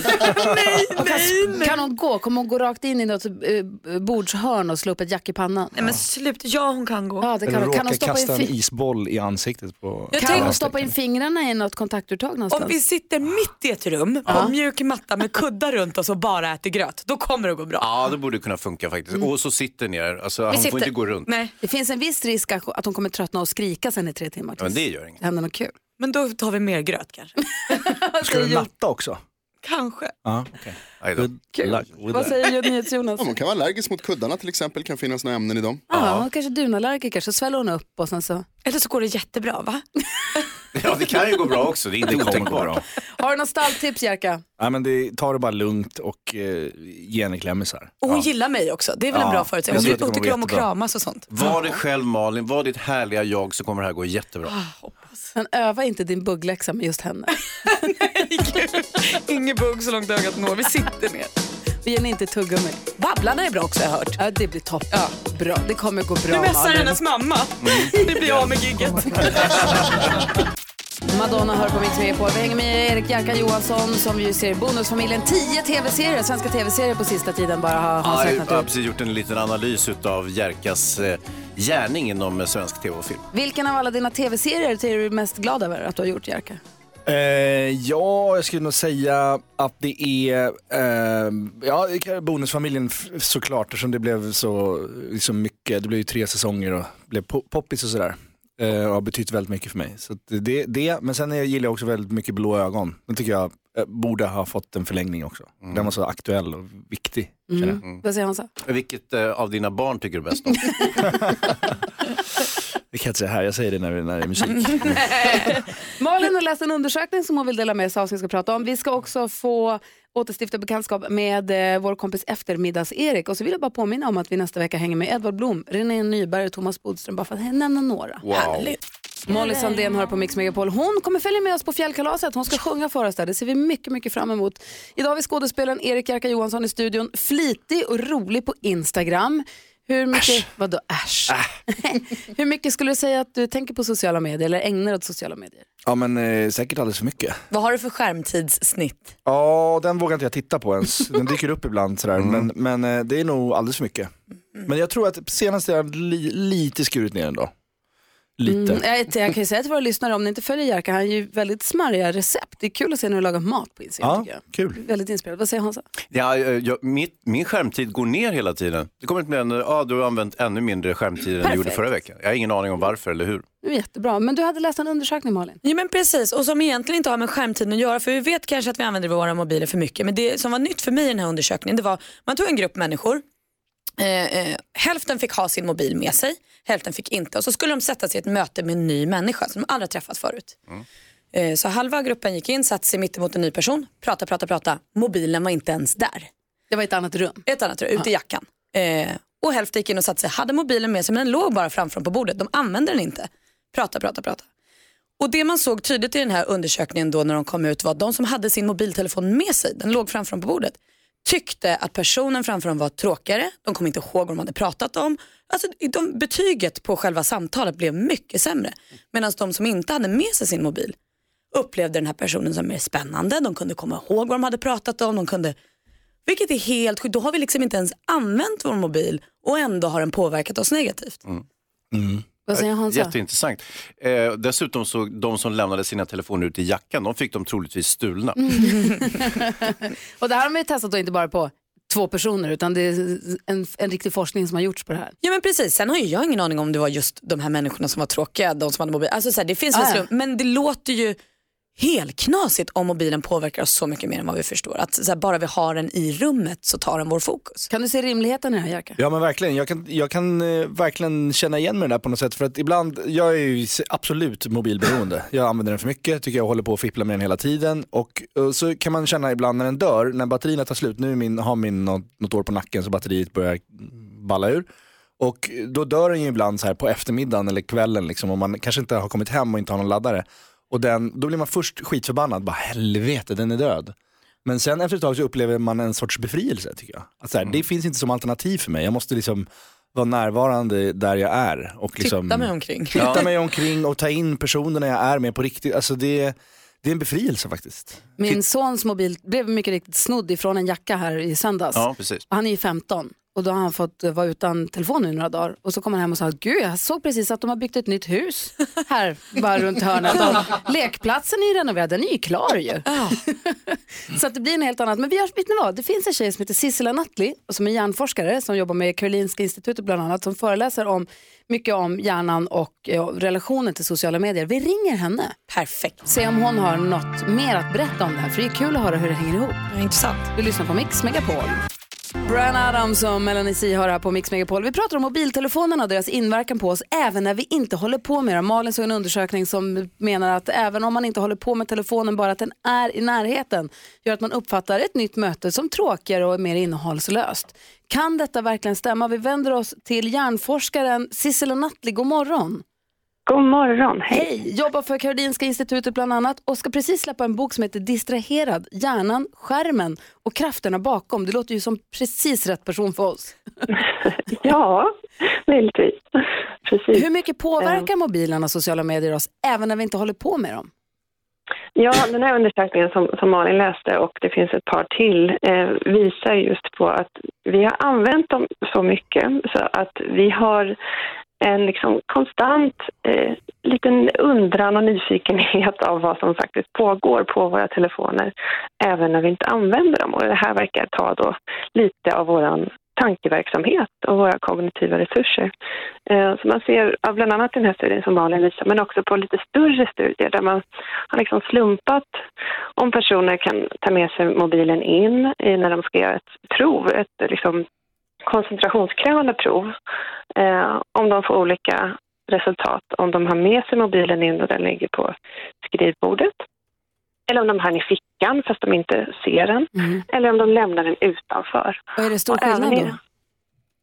Speaker 1: Och kan, kan hon gå? Kommer hon gå rakt in i något eh, bordshörn och slå upp ett jack i pannan?
Speaker 4: Nej men sluta, ja hon kan gå.
Speaker 1: Ja, det kan,
Speaker 15: Eller
Speaker 1: hon. kan hon
Speaker 15: råka
Speaker 1: stoppa in
Speaker 15: kasta en
Speaker 1: fi-
Speaker 15: isboll i ansiktet på...
Speaker 1: kan hon stoppa in fingrarna i något kontaktuttag någonstans?
Speaker 4: Om vi sitter mitt i ett rum på mjuk matta med kuddar runt oss och bara äter gröt, då kommer det gå bra.
Speaker 2: Ja, det borde kunna funka faktiskt.
Speaker 1: Mm.
Speaker 2: Och så sitter ni här. Alltså, hon får inte gå runt.
Speaker 1: Det finns en viss risk att att hon kommer tröttna och skrika sen i tre timmar.
Speaker 2: Men det gör inget.
Speaker 1: Det händer något kul.
Speaker 4: Men då tar vi mer gröt kanske.
Speaker 15: Ska du natta också?
Speaker 4: Kanske.
Speaker 15: Ja,
Speaker 2: okej.
Speaker 15: Good luck with that.
Speaker 1: NyhetsJonas?
Speaker 5: Ja, man kan vara allergisk mot kuddarna till exempel, kan finnas några ämnen i dem.
Speaker 1: Ja, hon kanske är dunallergiker så sväller hon upp och sen så...
Speaker 4: Eller så går det jättebra va?
Speaker 2: Ja, det kan ju gå bra också. Det är inte otänkbart.
Speaker 1: Har du något stalltips Jerka?
Speaker 15: Nej, men det, ta det bara lugnt och eh, ge henne klämmisar.
Speaker 4: Och hon gillar mig också, det är väl en
Speaker 15: Ja,
Speaker 4: bra förutsättning.
Speaker 15: jag tror
Speaker 4: Hon,
Speaker 15: att
Speaker 4: hon
Speaker 15: det kommer
Speaker 4: tycker om att
Speaker 15: gå jättebra.
Speaker 4: kramas och sånt.
Speaker 2: Var dig själv Malin, var ditt härliga jag så kommer det här gå
Speaker 1: Ah,
Speaker 2: jättebra.
Speaker 4: Ah,
Speaker 1: Men öva inte din buggläxa med just henne.
Speaker 4: Ingen bugg så långt ögat når, vi sitter ner.
Speaker 1: Vi ger henne inte tuggummi.
Speaker 4: Babblarna är bra också har jag hört.
Speaker 1: Ja, det blir toppen. Bra, det kommer gå bra.
Speaker 4: Du messar
Speaker 1: Malin.
Speaker 4: hennes mamma.
Speaker 15: Mm.
Speaker 4: Det blir av med gigget.
Speaker 1: Madonna hör på Mix Megapol. Vi hänger med Erik Jerka Johansson som ju ser Bonusfamiljen. 10 tv-serier, svenska tv-serier på sista tiden bara har
Speaker 2: Ja,
Speaker 1: han
Speaker 2: jag
Speaker 1: räknat
Speaker 2: har
Speaker 1: ut.
Speaker 2: precis gjort en liten analys av Jerkas eh, gärning inom eh, svensk tv och film.
Speaker 1: Vilken av alla dina tv-serier är du mest glad över att du har gjort Jerka?
Speaker 15: Eh, ja, jag skulle nog säga att det är eh, ja, det kan- Bonusfamiljen f- såklart eftersom det blev så liksom mycket. Det blev ju tre säsonger och blev po- poppis och sådär. Eh, och har betytt väldigt mycket för mig. Så att det, det, men sen är- gillar jag också väldigt mycket Blå ögon. Den tycker jag eh, borde ha fått en förlängning också. Den var så aktuell och viktig. känner jag.
Speaker 1: Mm. Vad säger Hansa?
Speaker 2: Vilket eh, av dina barn tycker du bäst om?
Speaker 15: Det kan jag inte säga här, jag säger det när, när det är musik.
Speaker 1: Malin har läst en undersökning som hon vill dela med sig av som vi ska prata om. Vi ska också få återstifta bekantskap med eh, vår kompis eftermiddags-Erik. Och så vill jag bara påminna om att vi nästa vecka hänger med Edvard Blom, René Nyberg och Thomas Bodström, bara för att här nämna några.
Speaker 17: Wow. Härligt.
Speaker 1: Molly Sandén hör på Mix Megapol. Hon kommer följa med oss på fjällkalaset. Hon ska sjunga för oss där. Det ser vi mycket, mycket fram emot. Idag har vi skådespelaren Erik Jerka Johansson i studion. Flitig och rolig på Instagram. Hur mycket, vadå äsch? Hur mycket skulle du säga att du tänker på sociala medier eller ägnar dig åt sociala medier?
Speaker 15: Ja men eh, säkert alldeles för mycket.
Speaker 4: Vad har du för skärmtidssnitt?
Speaker 15: Ja, den vågar inte jag titta på ens. Den dyker upp ibland sådär. Men, men eh, det är nog alldeles för mycket.
Speaker 4: Mm.
Speaker 15: Men jag tror att senast jag li, lite skurit ner ändå. Lite.
Speaker 1: Mm, jag, jag kan ju säga till våra lyssnare, om ni inte följer Jerka, han har ju väldigt smarriga recept. Det är kul att se när du lagar mat på Instagram.
Speaker 2: Ja,
Speaker 1: tycker jag.
Speaker 15: Kul.
Speaker 1: Väldigt inspirerad. Vad säger Hansa?
Speaker 2: Ja, eh, jag, mitt, min skärmtid går ner hela tiden. Det kommer inte med en, ja, du har använt ännu mindre skärmtid än du gjorde
Speaker 1: Perfekt.
Speaker 2: förra veckan. Jag har ingen aning om varför eller hur.
Speaker 1: Det är jättebra. Men du hade läst en undersökning Malin.
Speaker 4: Ja men precis, och som egentligen inte har med skärmtiden att göra för vi vet kanske att vi använder våra mobiler för mycket men det som var nytt för mig i den här undersökningen det var man tog en grupp människor, eh, eh, hälften fick ha sin mobil med sig, hälften fick inte och så skulle de sätta sig i ett möte med en ny människa som de aldrig träffat förut.
Speaker 2: Mm.
Speaker 4: Eh, så halva gruppen gick in, satte sig mittemot en ny person, prata, prata, prata, mobilen var inte ens där.
Speaker 1: Det var i ett annat rum?
Speaker 4: Ett annat rum, ute i jackan. Eh, och hälften gick in och satte sig, hade mobilen med sig men den låg bara framför dem på bordet, de använde den inte. Prata, prata, prata. Och det man såg tydligt i den här undersökningen då när de kom ut var att de som hade sin mobiltelefon med sig, den låg framför dem på bordet, tyckte att personen framför dem var tråkigare, de kom inte ihåg vad de hade pratat om. Alltså, de, betyget på själva samtalet blev mycket sämre. Medan de som inte hade med sig sin mobil upplevde den här personen som mer spännande, de kunde komma ihåg vad de hade pratat om, de kunde vilket är helt sjukt, då har vi liksom inte ens använt vår mobil och ändå har den påverkat oss negativt.
Speaker 15: Mm.
Speaker 1: Vad säger Hansa?
Speaker 2: Mm. Jätteintressant. Eh, dessutom så de som lämnade sina telefoner ute i
Speaker 1: Mm.
Speaker 2: jackan, de fick de troligtvis stulna.
Speaker 1: Och det här har man ju testat då inte bara på två personer utan det är en, en riktig forskning som har gjorts på det här.
Speaker 18: Ja men precis, sen har ju jag ingen aning om det var just de här människorna som var tråkiga, de som hade mobil. Alltså så här, det finns
Speaker 1: Ah,
Speaker 18: väl
Speaker 1: ja.
Speaker 18: slump, men det låter ju helt knasigt om mobilen påverkar oss så mycket mer än vad vi förstår. Att så här, bara vi har den i rummet så tar den vår fokus.
Speaker 1: Kan du se rimligheten i det här Jerka?
Speaker 15: Ja men verkligen, jag kan, jag kan eh, verkligen känna igen mig i det där på något sätt. För att ibland, jag är ju s- absolut mobilberoende. Jag använder den för mycket, tycker jag håller på och fipplar med den hela tiden. Och, eh, så kan man känna ibland när den dör, när batterierna tar slut, nu är min, har min något, något år på nacken så batteriet börjar balla ur. Och eh, då dör den ju ibland så här på eftermiddagen eller kvällen liksom, och man kanske inte har kommit hem och inte har någon laddare. Och den, då blir man först skitförbannad, bara helvete den är död. Men sen efter ett tag så upplever man en sorts befrielse tycker jag. Att så här, Det finns inte som alternativ för mig. Jag måste liksom vara närvarande där jag är. Och liksom,
Speaker 18: Titta mig omkring.
Speaker 15: Titta
Speaker 18: Ja.
Speaker 15: mig omkring och ta in personerna jag är med på riktigt. Alltså det, det är en befrielse faktiskt.
Speaker 1: Min sons mobil blev mycket riktigt snodd ifrån en jacka här i söndags.
Speaker 15: Ja, precis.
Speaker 1: Och han är ju 15 och då har han fått eh, vara utan telefon nu i några dagar. Och så kommer han hem och sa, gud jag såg precis att de har byggt ett nytt hus här bara runt hörnet. Och lekplatsen är ju renoverad, den är ju klar ju. så att det blir en helt annat. Men vi har, vet ni vad, det finns en tjej som heter Sissela Nattli och som är hjärnforskare som jobbar med Karolinska institutet bland annat som föreläser om mycket om hjärnan och eh, relationen till sociala medier. Vi ringer henne.
Speaker 18: Perfekt.
Speaker 1: Se om hon har något mer att berätta om det här för det är kul att höra hur det hänger ihop.
Speaker 18: intressant.
Speaker 1: Vi lyssnar på Mix Megapol. Brian Adams och Melanie C har här på Mix Megapol. Vi pratar om mobiltelefonerna och deras inverkan på oss även när vi inte håller på med dem. Malin såg en undersökning som menar att även om man inte håller på med telefonen, bara att den är i närheten, gör att man uppfattar ett nytt möte som tråkigare och mer innehållslöst. Kan detta verkligen stämma? Vi vänder oss till hjärnforskaren Sissela Nattli. God morgon!
Speaker 19: God morgon, hej.
Speaker 1: Hej! Jobbar för Karolinska institutet bland annat och ska precis släppa en bok som heter Distraherad, hjärnan, skärmen och krafterna bakom. Det låter ju som precis rätt person för oss.
Speaker 19: Ja, möjligtvis. Precis. Eh.
Speaker 1: Hur mycket påverkar mobilerna och sociala medier oss även när vi inte håller på med dem?
Speaker 19: Ja, den här undersökningen som, som Malin läste och det finns ett par till eh, visar just på att vi har använt dem så mycket så att vi har en liksom konstant eh, liten undran och nyfikenhet av vad som faktiskt pågår på våra telefoner även när vi inte använder dem. Och det här verkar ta då lite av vår tankeverksamhet och våra kognitiva resurser. Eh, Så man ser av bland annat den här studien som Malin visar, men också på lite större studier där man har liksom slumpat om personer kan ta med sig mobilen in i- när de ska göra ett prov, ett liksom koncentrationskrävande prov, eh, om de får olika resultat, om de har med sig mobilen in och den ligger på skrivbordet, eller om de har den i fickan fast de inte ser den, eller om de lämnar den utanför.
Speaker 1: Och är det stor
Speaker 19: Och även
Speaker 1: skillnad
Speaker 19: i-
Speaker 1: då?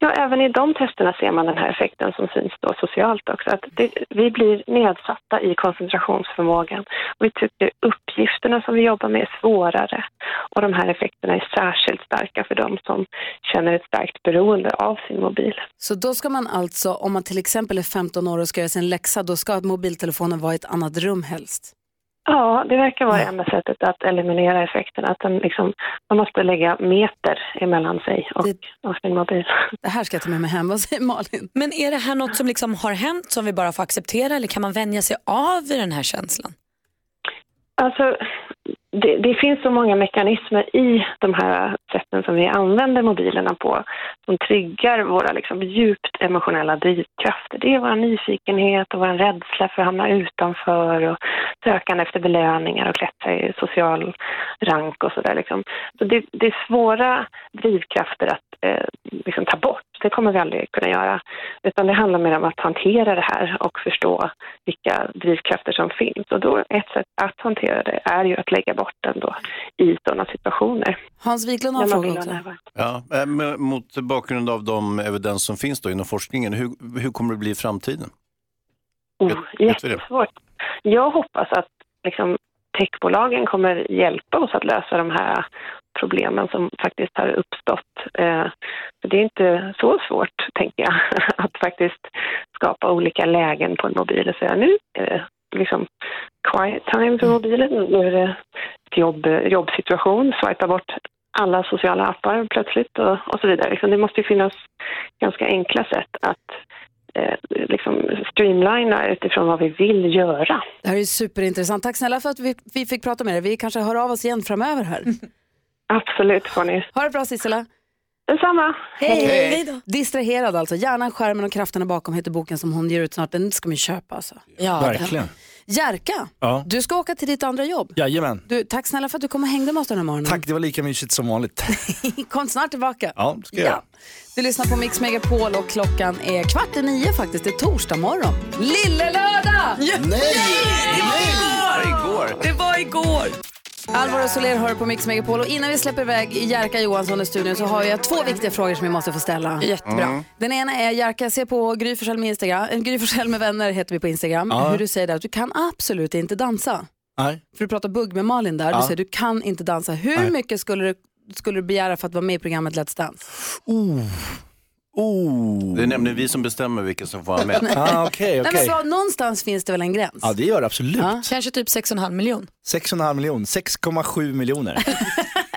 Speaker 19: Ja, även i de testerna ser man den här effekten som syns då socialt också. Att det, vi blir nedsatta i koncentrationsförmågan. Och vi tycker uppgifterna som vi jobbar med är svårare. Och de här effekterna är särskilt starka för de som känner ett starkt beroende av sin mobil.
Speaker 1: Så då ska man alltså, om man till exempel är 15 år och ska göra sin läxa, då ska mobiltelefonen vara i ett annat rum helst.
Speaker 19: Ja, det verkar vara det enda sättet att eliminera effekten. Att den liksom, man måste lägga meter emellan sig och, och sin mobil.
Speaker 1: Det här ska jag ta med mig hem. Vad säger Malin?
Speaker 18: Men är det här något som liksom har hänt som vi bara får acceptera eller kan man vänja sig av vid den här känslan?
Speaker 19: Alltså, det, det finns så många mekanismer i de här sätten som vi använder mobilerna på som triggar våra liksom, djupt emotionella drivkrafter. Det är vår nyfikenhet och vår rädsla för att hamna utanför och sökande efter belöningar och klättra i social rank och sådär. Liksom. Så det, det är svåra drivkrafter att eh, liksom, ta bort. Det kommer vi aldrig kunna göra. Utan det handlar mer om att hantera det här och förstå vilka drivkrafter som finns. Och då ett sätt att hantera det är ju att lägga bort den då i sådana situationer.
Speaker 1: Hans Wiklund har en
Speaker 19: Ja, man
Speaker 1: fråga
Speaker 19: vill ha
Speaker 1: också.
Speaker 2: Ja, eh, men mot bakgrund av de evidens som finns då inom forskningen, hur, hur kommer det bli i framtiden?
Speaker 19: Oh,
Speaker 2: vet vi det?
Speaker 19: jättesvårt. Jag hoppas att liksom, techbolagen kommer hjälpa oss att lösa de här problemen som faktiskt har uppstått. Eh, för det är inte så svårt, tänker jag, att faktiskt skapa olika lägen på en mobil och säga nu är det liksom quiet time för mobilen, nu är det ett jobb, jobbsituation, swipa bort alla sociala appar plötsligt och, och så vidare. Liksom, det måste ju finnas ganska enkla sätt att eh, liksom streamlina utifrån vad vi vill göra.
Speaker 1: Det här är ju superintressant. Tack snälla för att vi, vi fick prata med dig. Vi kanske hör av oss igen framöver här.
Speaker 19: Absolut får ni.
Speaker 1: Ha det bra Sissela.
Speaker 19: Detsamma.
Speaker 1: Hej. Distraherad alltså. Hjärnan, skärmen och krafterna bakom heter boken som hon ger ut snart. Den ska man ju köpa alltså.
Speaker 15: Ja, Verkligen.
Speaker 1: Jerka,
Speaker 15: Ja.
Speaker 1: du ska åka till ditt andra jobb.
Speaker 15: Jajamän.
Speaker 1: Du, tack snälla för att du kom och hängde med oss den här morgonen.
Speaker 15: Tack, det var lika mysigt som vanligt.
Speaker 1: Kom snart tillbaka.
Speaker 15: Ja, det ska jag göra.
Speaker 1: Du lyssnar på Mix Megapol och klockan är kvart i nio faktiskt. Det är torsdag morgon. Lille lördag!
Speaker 5: Ja. Nej!
Speaker 1: Det var
Speaker 5: Nej!
Speaker 1: igår! Det var igår! Alvaro Soler hör på Mix Megapol och innan vi släpper iväg Jerka Johansson i studion så har jag två viktiga frågor som jag måste få ställa.
Speaker 18: Jättebra. Mm.
Speaker 1: Den ena är Jerka, se på Gry Forssell med Instagram. eh, Gry Forssell med vänner heter vi på Instagram.
Speaker 18: Ja.
Speaker 1: Hur du säger där att du kan absolut inte dansa.
Speaker 15: Nej.
Speaker 1: För du pratar bugg med Malin där. Du
Speaker 15: Ja.
Speaker 1: säger du kan inte dansa. Hur
Speaker 15: Nej.
Speaker 1: mycket skulle du, skulle du begära för att vara med i programmet Let's Dance?
Speaker 15: Oh.
Speaker 2: Det är nämligen vi som bestämmer vilka som får vara med.
Speaker 15: Ah, okej,
Speaker 1: Nej, men
Speaker 15: okej.
Speaker 1: så, någonstans finns det väl en gräns?
Speaker 15: Ja, det gör det absolut.
Speaker 1: Kanske typ 6,5 miljon.
Speaker 15: 6,5 miljoner, 6,7 miljoner.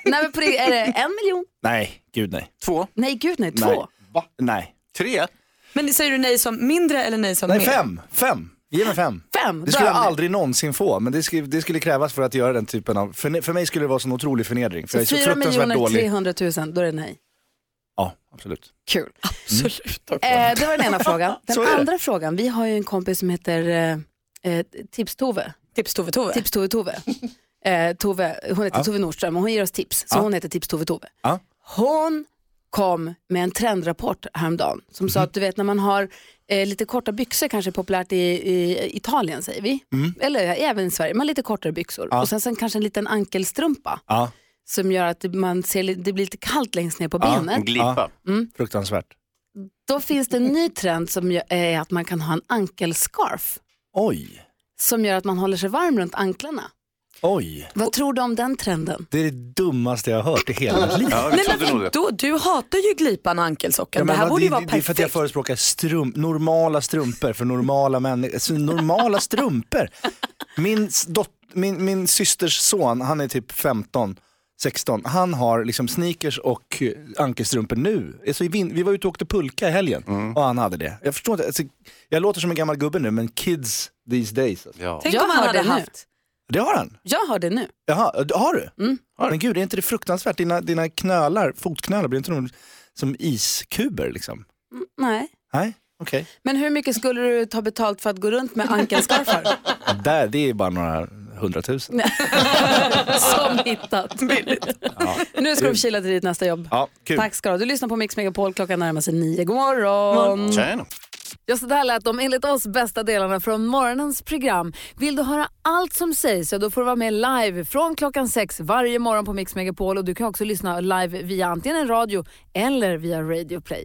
Speaker 1: nej, men på det, är det en miljon?
Speaker 15: nej, gud nej.
Speaker 2: Två?
Speaker 1: Nej, gud nej.
Speaker 15: Nej. Va? Nej.
Speaker 2: Tre?
Speaker 4: Men säger du nej som mindre eller nej som
Speaker 15: Nej,
Speaker 4: mer?
Speaker 15: fem. Fem. Ge mig fem.
Speaker 1: Fem?
Speaker 15: Det skulle jag
Speaker 4: Dömd.
Speaker 15: aldrig någonsin få, men det skulle, det skulle krävas för att göra den typen av... För, för mig skulle det vara sån otrolig förnedring, för jag är så
Speaker 1: 4
Speaker 15: fruktansvärt
Speaker 1: miljoner
Speaker 15: dålig.
Speaker 1: 300 000, då är det nej.
Speaker 15: Ja, absolut. Mm.
Speaker 1: Kul.
Speaker 15: Absolut.
Speaker 1: Eh, det var den ena frågan. Den
Speaker 15: Så är det.
Speaker 1: andra frågan, vi har ju en kompis som heter eh, eh, Tips-Tove.
Speaker 18: Tips-Tove-Tove?
Speaker 1: Tips-Tove-Tove. Eh, Tove, hon heter
Speaker 18: Ja.
Speaker 1: Tove Nordström och hon ger oss tips. Så
Speaker 18: Ja.
Speaker 1: hon heter Tips-Tove-Tove.
Speaker 15: Ja.
Speaker 1: Hon kom med en trendrapport häromdagen som sa att du vet när man har eh, lite korta byxor kanske är populärt i, i Italien säger vi.
Speaker 5: Mm.
Speaker 1: Eller även i Sverige, man har lite kortare byxor.
Speaker 5: Ja.
Speaker 1: Och sen, sen kanske en liten ankelstrumpa
Speaker 15: Ja.
Speaker 1: som gör att man ser, li- det blir lite kallt längst ner på benet.
Speaker 15: Ja.
Speaker 1: Mm.
Speaker 15: Fruktansvärt.
Speaker 1: Då finns det en ny trend som gör- är att man kan ha en ankelscarf.
Speaker 15: Oj.
Speaker 1: Som gör att man håller sig varm runt anklarna.
Speaker 15: Oj.
Speaker 1: Vad tror du om den trenden?
Speaker 15: Det är det dummaste jag har hört i hela mitt liv.
Speaker 4: Nej, men vadå? Du hatar ju glipan och ankelsocken.
Speaker 15: Ja,
Speaker 4: det
Speaker 15: men
Speaker 4: här
Speaker 15: vad-
Speaker 4: borde ju vara
Speaker 15: det, det är för
Speaker 4: perfekt.
Speaker 15: att jag förespråkar strump, normala strumpor för normala människor. Alltså, normala strumpor. Min, s- dot, min, min systers son, han är typ 15, 16. Han har liksom sneakers och eh, ankelstrumpor nu. Alltså, i vin- vi var ute och åkte pulka i helgen och han hade det. Jag förstår inte, alltså, jag låter som en gammal gubbe nu men kids these days. Alltså.
Speaker 1: Tänk Jag om han har hade det nu. haft-
Speaker 15: Det har han.
Speaker 1: Jag har det nu.
Speaker 15: Jaha, d- har du?
Speaker 4: Mm.
Speaker 15: Men gud, är inte det fruktansvärt? Dina, dina knölar, fotknölar, blir inte de som iskuber liksom?
Speaker 1: Nej.
Speaker 15: Nej, okej.
Speaker 1: Men hur mycket skulle du ta betalt för att gå runt med ankelscarfar?
Speaker 15: Där, det är bara några hundratusen.
Speaker 1: som hittat.
Speaker 15: Ja.
Speaker 1: Nu ska du kila till ditt nästa jobb.
Speaker 15: Ja, kul.
Speaker 1: Tack ska du ha. Du lyssnar på Mix Megapol, klockan närmar sig nio. God morgon!
Speaker 2: Tjena.
Speaker 1: Ja, så där lät de enligt oss bästa delarna från morgonens program. Vill du höra allt som sägs så då får du vara med live från klockan sex varje morgon på Mix Megapol och du kan också lyssna live via antingen en radio eller via Radio Play.